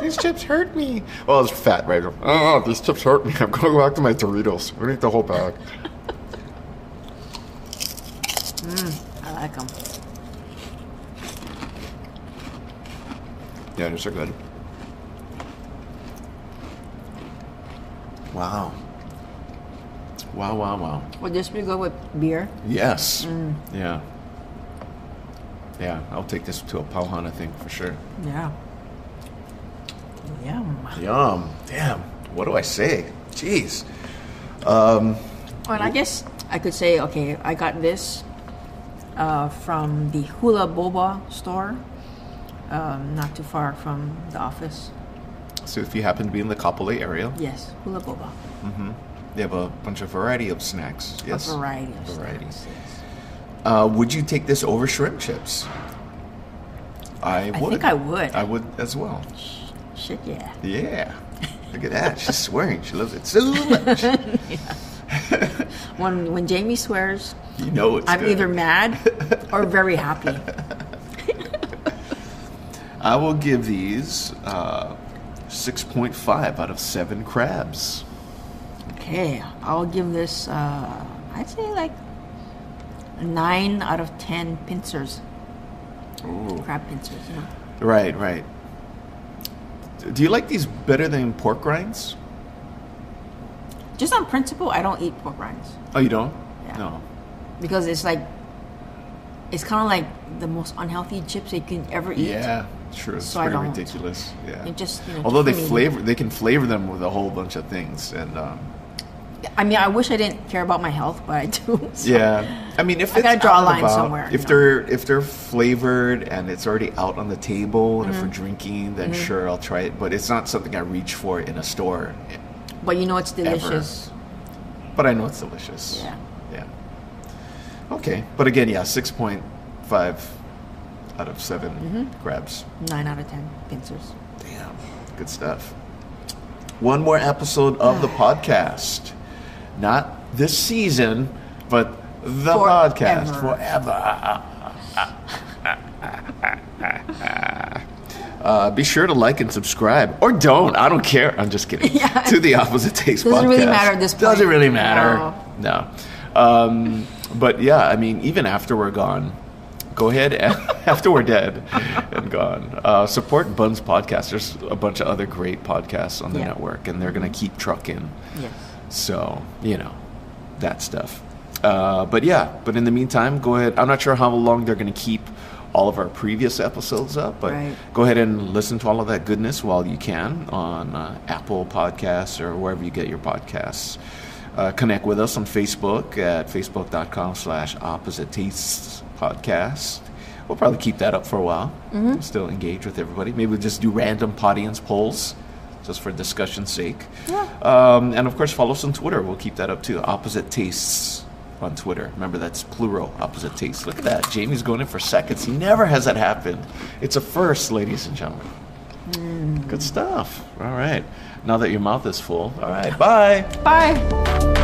[SPEAKER 1] these chips hurt me. Well, I was fat, right? Oh, these chips hurt me. I'm going back to my Doritos. I'm gonna eat the whole bag.
[SPEAKER 2] I like them.
[SPEAKER 1] Yeah, these are good. Wow. Wow, wow, wow.
[SPEAKER 2] Would this be good with beer?
[SPEAKER 1] Yes. Yeah. Yeah, I'll take this to a Pauhana, I think, for sure.
[SPEAKER 2] Yeah. Yum.
[SPEAKER 1] Yum. Damn. What do I say? Jeez.
[SPEAKER 2] Well, and I guess I could say, okay, I got this uh, from the Hula Boba store, um, not too far from the office.
[SPEAKER 1] So if you happen to be in the Kapolei area,
[SPEAKER 2] Yes, Hula Boba.
[SPEAKER 1] they have a bunch of variety of snacks. Yes.
[SPEAKER 2] A variety of
[SPEAKER 1] Variety.
[SPEAKER 2] snacks, yes.
[SPEAKER 1] Uh, would you take this over shrimp chips? I
[SPEAKER 2] I
[SPEAKER 1] would.
[SPEAKER 2] think I would.
[SPEAKER 1] I would as well.
[SPEAKER 2] Shit, yeah.
[SPEAKER 1] Yeah. Look at that. She's swearing. She loves it so much.
[SPEAKER 2] When when Jamie swears,
[SPEAKER 1] You know it's
[SPEAKER 2] I'm
[SPEAKER 1] good.
[SPEAKER 2] either mad or very happy.
[SPEAKER 1] I will give these uh, 6.5 out of 7 crabs.
[SPEAKER 2] Okay, I'll give this. Uh, I'd say like nine out of ten pincers,
[SPEAKER 1] Ooh.
[SPEAKER 2] crab pincers. You know?
[SPEAKER 1] Right, right. Do you like these better than pork rinds?
[SPEAKER 2] Just on principle, I don't eat pork rinds
[SPEAKER 1] Oh, you don't?
[SPEAKER 2] Yeah.
[SPEAKER 1] No.
[SPEAKER 2] because it's like it's kind of like the most unhealthy chips you can ever eat.
[SPEAKER 1] Yeah, true. It's
[SPEAKER 2] So I
[SPEAKER 1] pretty
[SPEAKER 2] don't.
[SPEAKER 1] ridiculous. Yeah.
[SPEAKER 2] It just, you know,
[SPEAKER 1] Although they
[SPEAKER 2] clean.
[SPEAKER 1] flavor, they can flavor them with a whole bunch of things, and um,
[SPEAKER 2] I mean, I wish I didn't care about my health, but I do. so-
[SPEAKER 1] yeah. I mean, if
[SPEAKER 2] I
[SPEAKER 1] it's
[SPEAKER 2] gotta draw a
[SPEAKER 1] out and
[SPEAKER 2] line
[SPEAKER 1] about,
[SPEAKER 2] somewhere, you
[SPEAKER 1] if
[SPEAKER 2] know.
[SPEAKER 1] they're if they're flavored and it's already out on the table, and if we're
[SPEAKER 2] Mm-hmm.
[SPEAKER 1] drinking, then sure, I'll try it. But it's not something I reach for in a store.
[SPEAKER 2] But you know it's delicious.
[SPEAKER 1] But I know it's delicious.
[SPEAKER 2] Yeah.
[SPEAKER 1] Yeah. Okay, but again, yeah, six point five out of 7
[SPEAKER 2] Mm-hmm.
[SPEAKER 1] grabs.
[SPEAKER 2] Nine out of ten pincers.
[SPEAKER 1] Damn, good stuff. One more episode of the podcast. Not this season, but the podcast
[SPEAKER 2] Forever.
[SPEAKER 1] forever. Uh, be sure to like and subscribe, or don't. I don't care. I'm just kidding.
[SPEAKER 2] Yeah.
[SPEAKER 1] To the opposite taste podcast.
[SPEAKER 2] Doesn't really matter at this point.
[SPEAKER 1] Doesn't really matter. No. Um, but yeah, I mean, even after we're gone, go ahead and after we're dead and gone, uh, support Buns Podcast. There's a bunch of other great podcasts on the
[SPEAKER 2] Yeah.
[SPEAKER 1] network, and they're going to keep trucking.
[SPEAKER 2] Yes.
[SPEAKER 1] So, you know, that stuff. Uh, but yeah, but in the meantime, go ahead. I'm not sure how long they're going to keep all of our previous episodes up, but
[SPEAKER 2] Right.
[SPEAKER 1] go ahead and listen to all of that goodness while you can on uh, Apple Podcasts or wherever you get your podcasts. Uh, connect with us on Facebook at facebook.com slash opposite tastes podcast. We'll probably keep that up for a while. Still engage with everybody. Maybe we'll just do random audience polls just for discussion's sake. Um, and of course, follow us on Twitter. We'll keep that up too. Opposite tastes on Twitter. Remember, that's plural, opposite tastes. Look at that. Jamie's going in for seconds. Never has that happened. It's a first, ladies and gentlemen. Good stuff. All right. Now that your mouth is full. All right. Bye.
[SPEAKER 2] Bye.